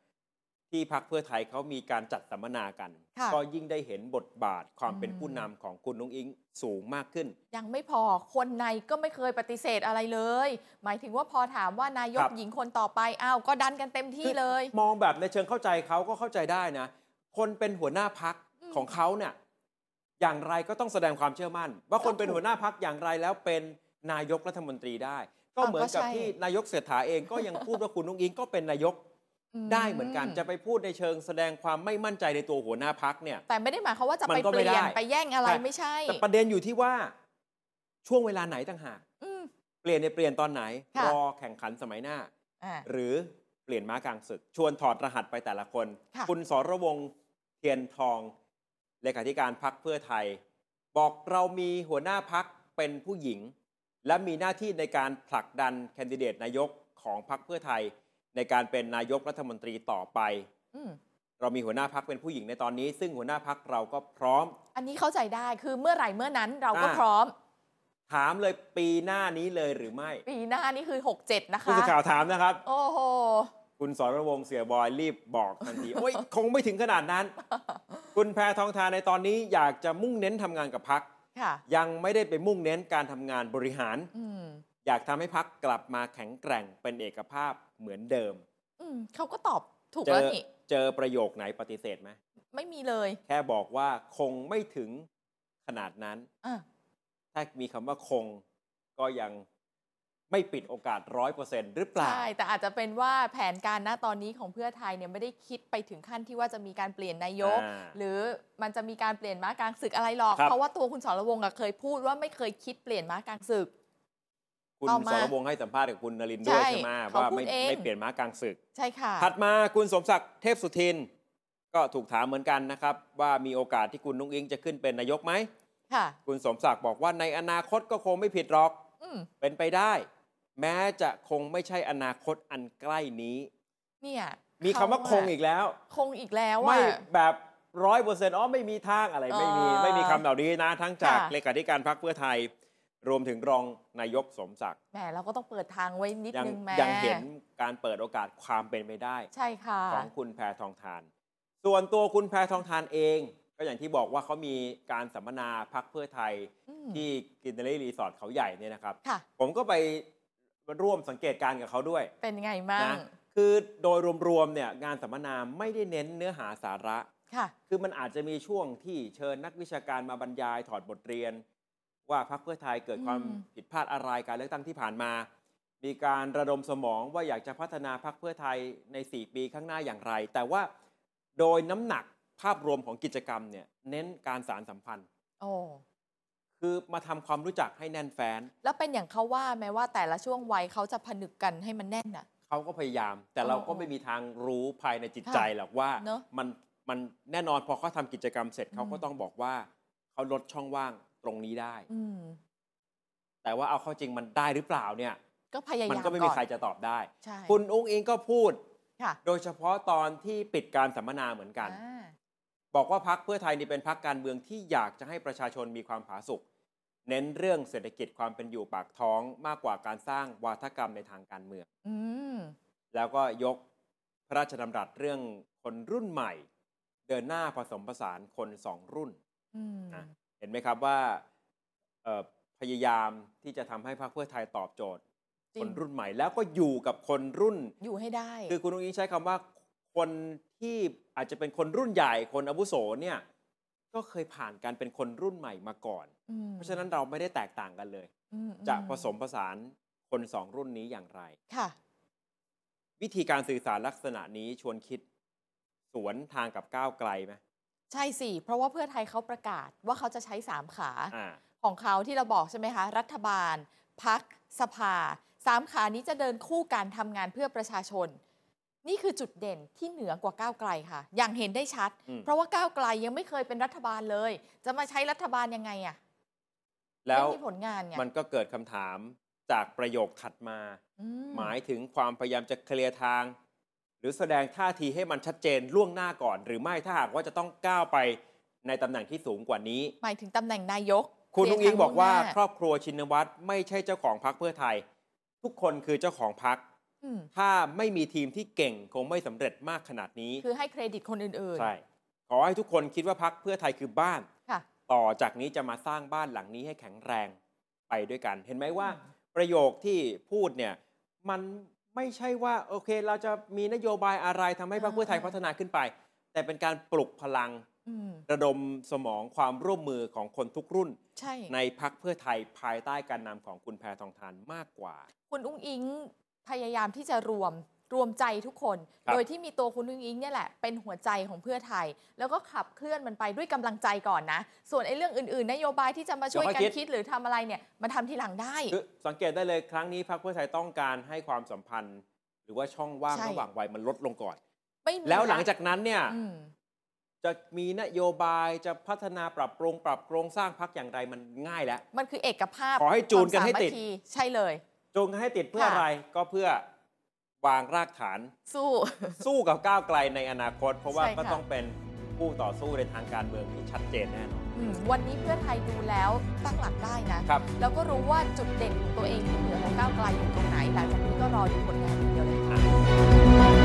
[SPEAKER 2] ที่พักเพื่อไทยเขามีการจัดสัมมนากัน
[SPEAKER 3] ค่ะ
[SPEAKER 2] ก็ยิ่งได้เห็นบทบาทความเป็น
[SPEAKER 3] อืม
[SPEAKER 2] ผู้นำของคุณนุ้งอิงสูงมากขึ้น
[SPEAKER 3] ยังไม่พอคนในก็ไม่เคยปฏิเสธอะไรเลย หมายถึงว่าพอถามว่านายก
[SPEAKER 2] ครับ
[SPEAKER 3] หญิงคนต่อไปอ้าวก็ดันกันเต็มที่เลย
[SPEAKER 2] มองแบบในเชิงเข้าใจเขาก็เข้าใจได้นะ คนเป็นหัวหน้าพัก
[SPEAKER 3] อืม
[SPEAKER 2] ของเขาเนี่ยอย่างไรก็ต้องแสดงความเชื่อมั่น ว่าคนเป็น
[SPEAKER 3] ก็ถูก
[SPEAKER 2] หัวหน้าพักอย่างไรแล้วเป็นนายกรัฐมนตรีได้ ก็
[SPEAKER 3] อ่ะ
[SPEAKER 2] เหมือนกับ
[SPEAKER 3] ก็ใช่
[SPEAKER 2] ที่นายกเศรษฐาเองก็ยังพูดว่าคุณนุ้งอิงก็เป็นนายกได้เหมือนกันจะไปพูดในเชิงแสดงความไม่มั่นใจในตัวหัวหน้าพักเนี่ย
[SPEAKER 3] แต่ไม่ได้หมายความว่าจะ
[SPEAKER 2] มั
[SPEAKER 3] ไป
[SPEAKER 2] นก็
[SPEAKER 3] เป
[SPEAKER 2] ไม่
[SPEAKER 3] ลี่ยน
[SPEAKER 2] ได้
[SPEAKER 3] ไปแย่งอะไร
[SPEAKER 2] ใช่
[SPEAKER 3] ไม่ใช่
[SPEAKER 2] แต่ประเด็นอยู่ที่ว่าช่วงเวลาไหนต่างหาก
[SPEAKER 3] อืม
[SPEAKER 2] เปลี่ยนในยเปลี่ยนตอนไหน
[SPEAKER 3] ค่ะ
[SPEAKER 2] รอแข่งขันสมัยหน้า
[SPEAKER 3] อ่า
[SPEAKER 2] หรือเปลี่ยนม้ากลางศึก ชวนถอดรหัสไปแต่ละคน
[SPEAKER 3] ค่ะ
[SPEAKER 2] ณสรวงศ์เทียนทองเลขาธิการพักเพื่อไทย บอกเรามีหัวหน้าพักเป็นผู้หญิง และมีหน้าที่ในการผลักดันแคนดิเดตนายกของพักเพื่อไทย ในการเป็นนายกรัฐมนตรีต่อไป
[SPEAKER 3] อืม
[SPEAKER 2] เรามีหัวหน้าพักเป็นผู้หญิงในตอนนี้ ซึ่งหัวหน้าพักเราก็พร้อม
[SPEAKER 3] อันนี้เข้าใจได้คือเมื่อไหร่เมื่อนั้นเราก็
[SPEAKER 2] อ่า
[SPEAKER 3] พร้อม
[SPEAKER 2] ถามเลยปีหน้านี้เลยหรือไม่
[SPEAKER 3] ปีหน้านี่คือ 67 นะ
[SPEAKER 2] ผู้
[SPEAKER 3] คะ
[SPEAKER 2] สื่อข่าวถามนะครับ
[SPEAKER 3] โอ้โห
[SPEAKER 2] คุณสรวงศ์เสียบอยรีบบอกทั นที โอ้ยคงไม่ถึงขนาดนั้น คุณแพทองทานในตอนนี้อยากจะมุ่งเน้นทำงานกับพัก
[SPEAKER 3] ค่ะ
[SPEAKER 2] ยังไม่ได้ไปมุ่งเน้นการทำงานบริหาร
[SPEAKER 3] อืม
[SPEAKER 2] อยากทำให้พักกลับมาแข็งแกร่งเป็นเอกภาพเหมือนเดิม
[SPEAKER 3] อืมเขาก็ตอบถูก
[SPEAKER 2] เจ
[SPEAKER 3] แล้ว
[SPEAKER 2] อ
[SPEAKER 3] นี่
[SPEAKER 2] เจอประโยคไหนปฏิเสธไหม
[SPEAKER 3] ไม่มีเลย
[SPEAKER 2] แค่บอกว่าคงไม่ถึงขนาดนั้น
[SPEAKER 3] อ่ะ
[SPEAKER 2] ถ้ามีคำว่าคงก็ยังไม่ปิดโอกาสร้อยเปอร์เซ็นต์หรือเปล่า
[SPEAKER 3] ใช่แต่อาจจะเป็นว่าแผนการณตอนนี้ของเพื่อไทยเนี่ยไม่ได้คิดไปถึงขั้นที่ว่าจะมีการเปลี่ยนนายก
[SPEAKER 2] อ่า
[SPEAKER 3] หรือมันจะมีการเปลี่ยนม้ากลางศึกอะไรหรอก
[SPEAKER 2] ครับ
[SPEAKER 3] เพราะว่าตัวคุณสรวงศ์อะเคยพูดว่าไม่เคยคิดเปลี่ยนม้ากลางศึก
[SPEAKER 2] คุณ
[SPEAKER 3] ต่อมา
[SPEAKER 2] สรวงศ์ให้สัมภาษณ์กับคุณนรินทร์ด้วย
[SPEAKER 3] ใช่
[SPEAKER 2] ใช่ไหม
[SPEAKER 3] เขา
[SPEAKER 2] ว่า
[SPEAKER 3] พูด
[SPEAKER 2] ไม่
[SPEAKER 3] เอง
[SPEAKER 2] ไม่เปลี่ยนม้ากลางศึก
[SPEAKER 3] ใช่ค่ะ
[SPEAKER 2] ถัดมาคุณสมศักดิ์เทพสุทิน ก็ถูกถามเหมือนกันนะครับ ว่ามีโอกาสที่คุณนุ้งอิงจะขึ้นเป็นนายกไหม
[SPEAKER 3] ค่ะ
[SPEAKER 2] คุณสมศักดิ์บอกว่าในอนาคตก็คงไม่ผิดหรอก
[SPEAKER 3] อืม
[SPEAKER 2] เป็นไปได้ แม้จะคงไม่ใช่อนาคตอันใกล้นี้
[SPEAKER 3] เนี่ย
[SPEAKER 2] มีคำว่า
[SPEAKER 3] เขะ
[SPEAKER 2] คงอีกแล้ว
[SPEAKER 3] คงอีกแล้ว
[SPEAKER 2] ไม่
[SPEAKER 3] อ่ะ
[SPEAKER 2] แบบร้อยเปอร์เซ็นต์อ๋อไม่มีทางอะไรไม่มี
[SPEAKER 3] เออ
[SPEAKER 2] ไม่มีคำเหล่านี้นะ ทั้งจาก
[SPEAKER 3] ค่ะ
[SPEAKER 2] เลขาธิการพรรคเพื่อไทย รวมถึงรองนายกสมศักดิ์
[SPEAKER 3] แหมเราก็ต้องเปิดทางไว้นิด
[SPEAKER 2] ยัง
[SPEAKER 3] นึงแหม่
[SPEAKER 2] ยังเห็นการเปิดโอกาสความเป็นไปได้
[SPEAKER 3] ใช่ค่ะ
[SPEAKER 2] ของคุณแพทองทาน ส่วนตัวคุณแพทองทานเอง ก็อย่างที่บอกว่าเขามีการสัมมนาพักเพื่อไทย
[SPEAKER 3] อืม
[SPEAKER 2] ที่กินเนลี่รีสอร์ทเขาใหญ่เนี่ยนะครับ
[SPEAKER 3] ค่ะ
[SPEAKER 2] ผมก็ไปร่วมสังเกตการณ์กับเขาด้วย
[SPEAKER 3] เป็นไงมั่ง
[SPEAKER 2] นะคือโดยรวมๆเนี่ยงานสัมมนาไม่ได้เน้นเนื้อหาสาระ
[SPEAKER 3] ค่ะ
[SPEAKER 2] คือมันอาจจะมีช่วงที่เชิญนักวิชาการมาบรรยายถอดบทเรียน ว่าพรรคเพื่อไทยเกิดความ
[SPEAKER 3] อืม
[SPEAKER 2] ผิดพลาดอะไรการเลือกตั้งที่ผ่านมา มีการระดมสมองว่าอยากจะพัฒนาพรรคเพื่อไทยใน 4 ปีข้างหน้าอย่างไร แต่ว่าโดยน้ำหนักภาพรวมของกิจกรรมเนี่ยเน้นการสารสัมพันธ์
[SPEAKER 3] โอ้
[SPEAKER 2] คือมาทำความรู้จักให้แน่นแฟน
[SPEAKER 3] แล้วเป็นอย่างเขาว่าไหมว่าแต่ละช่วงวัยเขาจะผนึกกันให้มันแน่นน่ะ
[SPEAKER 2] เขาก็พยายาม แต่เราก็ไม่มีทางรู้ภายในจิตใจหรอกว่า
[SPEAKER 3] เนอะ
[SPEAKER 2] มันมันแน่นอนพอเขาทำกิจกรรมเสร็จเขาก็
[SPEAKER 3] อืม
[SPEAKER 2] ต้องบอกว่าเขาลดช่องว่างตรงนี้ได้
[SPEAKER 3] อืม
[SPEAKER 2] แต่ว่าเอาเข้าจริงมันได้หรือเปล่าเนี่ย
[SPEAKER 3] ก็พยายาม
[SPEAKER 2] มันก็ไม่มีใครจะตอบได้
[SPEAKER 3] ใช่
[SPEAKER 2] คุณอุ้งอิงก็พูด
[SPEAKER 3] ค่ะ
[SPEAKER 2] โดยเฉพาะตอนที่ปิดการสัมมนาเหมือนกัน
[SPEAKER 3] อ่า
[SPEAKER 2] บอกว่าพักเพื่อไทยนี่เป็นพักการเมืองที่อยากจะให้ประชาชนมีความผาสุกเน้นเรื่องเศรษฐกิจความเป็นอยู่ปากท้องมากกว่าการสร้างวาทกรรมในทางการเมือง
[SPEAKER 3] อืม
[SPEAKER 2] แล้วก็ยกพระราชดำรัสเรื่องคนรุ่นใหม่ เดินหน้าผสมผสานคนสองรุ่น
[SPEAKER 3] อืม
[SPEAKER 2] นะ เห็นไหมครับว่าเอ่อพยายามที่จะทำให้พรรคเพื่อไทยตอบโจทย์
[SPEAKER 3] จริง
[SPEAKER 2] คนรุ่นใหม่ แล้วก็อยู่กับคนรุ่น
[SPEAKER 3] อยู่ให้ได้
[SPEAKER 2] คือคุณอุ้งอิงใช้คำว่าคนที่อาจจะเป็นคนรุ่นใหญ่คนอาวุโสเนี่ยก็เคยผ่านการเป็นคนรุ่นใหม่มาก่อน
[SPEAKER 3] ม
[SPEAKER 2] เพราะฉะนั้นเราไม่ได้แตกต่างกันเลย
[SPEAKER 3] อืม
[SPEAKER 2] จะผสมผสานคนสองรุ่นนี้อย่างไร
[SPEAKER 3] ค่ะ
[SPEAKER 2] วิธีการสื่อสารลักษณะนี้ชวนคิดสวนทางกับก้าวไกลไหม
[SPEAKER 3] ใช่สิ เพราะว่าเพื่อไทยเขาประกาศว่าเขาจะใช้สามขา
[SPEAKER 2] อ่า
[SPEAKER 3] ของเขาที่เราบอกใช่ไหมคะ รัฐบาลพักสภาสามขานี้จะเดินคู่การทำงานเพื่อประชาชน นี่คือจุดเด่นที่เหนือกว่าก้าวไกลค่ะ อย่างเห็นได้ชัด
[SPEAKER 2] อืม
[SPEAKER 3] เพราะว่าก้าวไกลยังไม่เคยเป็นรัฐบาลเลย จะมาใช้รัฐบาลยังไงอะ่ะ
[SPEAKER 2] แล้ว
[SPEAKER 3] ไม่มีผลงานไง
[SPEAKER 2] มันก็เกิดคำถามจากประโยคถัดมา
[SPEAKER 3] อื
[SPEAKER 2] หมายถึงความพยายามจะเคลียร์ทาง หรือแสดงท่าทีให้มันชัดเจนล่วงหน้าก่อน หรือไม่ถ้าหากว่าจะต้องก้าวไปในตำแหน่งที่สูงกว่านี้
[SPEAKER 3] หมายถึงตำแหน่งนายก
[SPEAKER 2] คุณลุงอิงบอกว่า
[SPEAKER 3] เคลียร์ท
[SPEAKER 2] ครอบครัวชินวัตรไม่ใช่เจ้าของพักเพื่อไทย ทุกคนคือเจ้าของพัก
[SPEAKER 3] อืม
[SPEAKER 2] ถ้าไม่มีทีมที่เก่งคงไม่สำเร็จมากขนาดนี้
[SPEAKER 3] คือให้เครดิตคนอื่นๆ
[SPEAKER 2] ใช่ ขอให้ทุกคนคิดว่าพักเพื่อไทยคือบ้าน
[SPEAKER 3] ค่ะ
[SPEAKER 2] ต่อจากนี้จะมาสร้างบ้านหลังนี้ให้แข็งแรงไปด้วยกัน เห็นไหมว่าประโยคที่พูดเนี่ยมันไม่ใช่ว่าโอเค เราจะมีนโยบายอะไรทำให้พรรคเพื่อไทย
[SPEAKER 3] อ่า
[SPEAKER 2] พัฒนาขึ้นไป แต่เป็นการปลุกพลัง
[SPEAKER 3] อืม
[SPEAKER 2] ระดมสมองความร่วมมือของคนทุกรุ่น
[SPEAKER 3] ใช่
[SPEAKER 2] ในพักเพื่อไทยภายใต้การนำของคุณแพทองทานมากกว่า
[SPEAKER 3] คุณอุ้งอิงพยายามที่จะรวมรวมใจทุกคน
[SPEAKER 2] ครับ
[SPEAKER 3] โดยที่มีตัวคุณอุ้งอิงเนี่ยแหละเป็นหัวใจของเพื่อไทย แล้วก็ขับเคลื่อนมันไปด้วยกำลังใจก่อนนะ ส่วนไอ้เรื่องอื่นๆ นโยบายที่จะมาช่วยกันคิดหรือทำอะไรเนี่ยมันทำทีหลังได้
[SPEAKER 2] คือสังเกตได้เลยครั้งนี้พรรคเพื่อไทยต้องการให้ความสัมพันธ์ หรือว่าช่องว่าง
[SPEAKER 3] ใช่
[SPEAKER 2] ระหว่างวัยมันลดลงก่อน
[SPEAKER 3] ไม่มี
[SPEAKER 2] แล้วหลังจากนั้นเนี่ย
[SPEAKER 3] อืม
[SPEAKER 2] จะมีนโยบายจะพัฒนาปรับปรุงปรับโครงสร้างพักอย่างไรมันง่ายแล้ว
[SPEAKER 3] มันคือเอกภาพ
[SPEAKER 2] ขอให้จูนกันให้ติด
[SPEAKER 3] ความสามัคคีใช่เลย
[SPEAKER 2] จงให้ติดเพื่อ
[SPEAKER 3] ค่ะ
[SPEAKER 2] อะไรก็เพื่อวางรากฐาน
[SPEAKER 3] สู้
[SPEAKER 2] สู้กับก้าวไกลในอนาคต เพราะว่า
[SPEAKER 3] ใช่ค่ะ
[SPEAKER 2] ก็ต้องเป็นผู้ต่อสู้ในทางการเมืองที่ชัดเจนแน่นอน
[SPEAKER 3] อืมวันนี้เพื่อไทยดูแล้วตั้งหลักได้นะ
[SPEAKER 2] ครับ
[SPEAKER 3] แล้วก็รู้ว่าจุดเด่นของตัวเองอยู่เหนือของก้าวไกลอยู่ตรงไหนหลังจากนี้ก็รอดูผลงานอย่างเดียวเลยค่ะ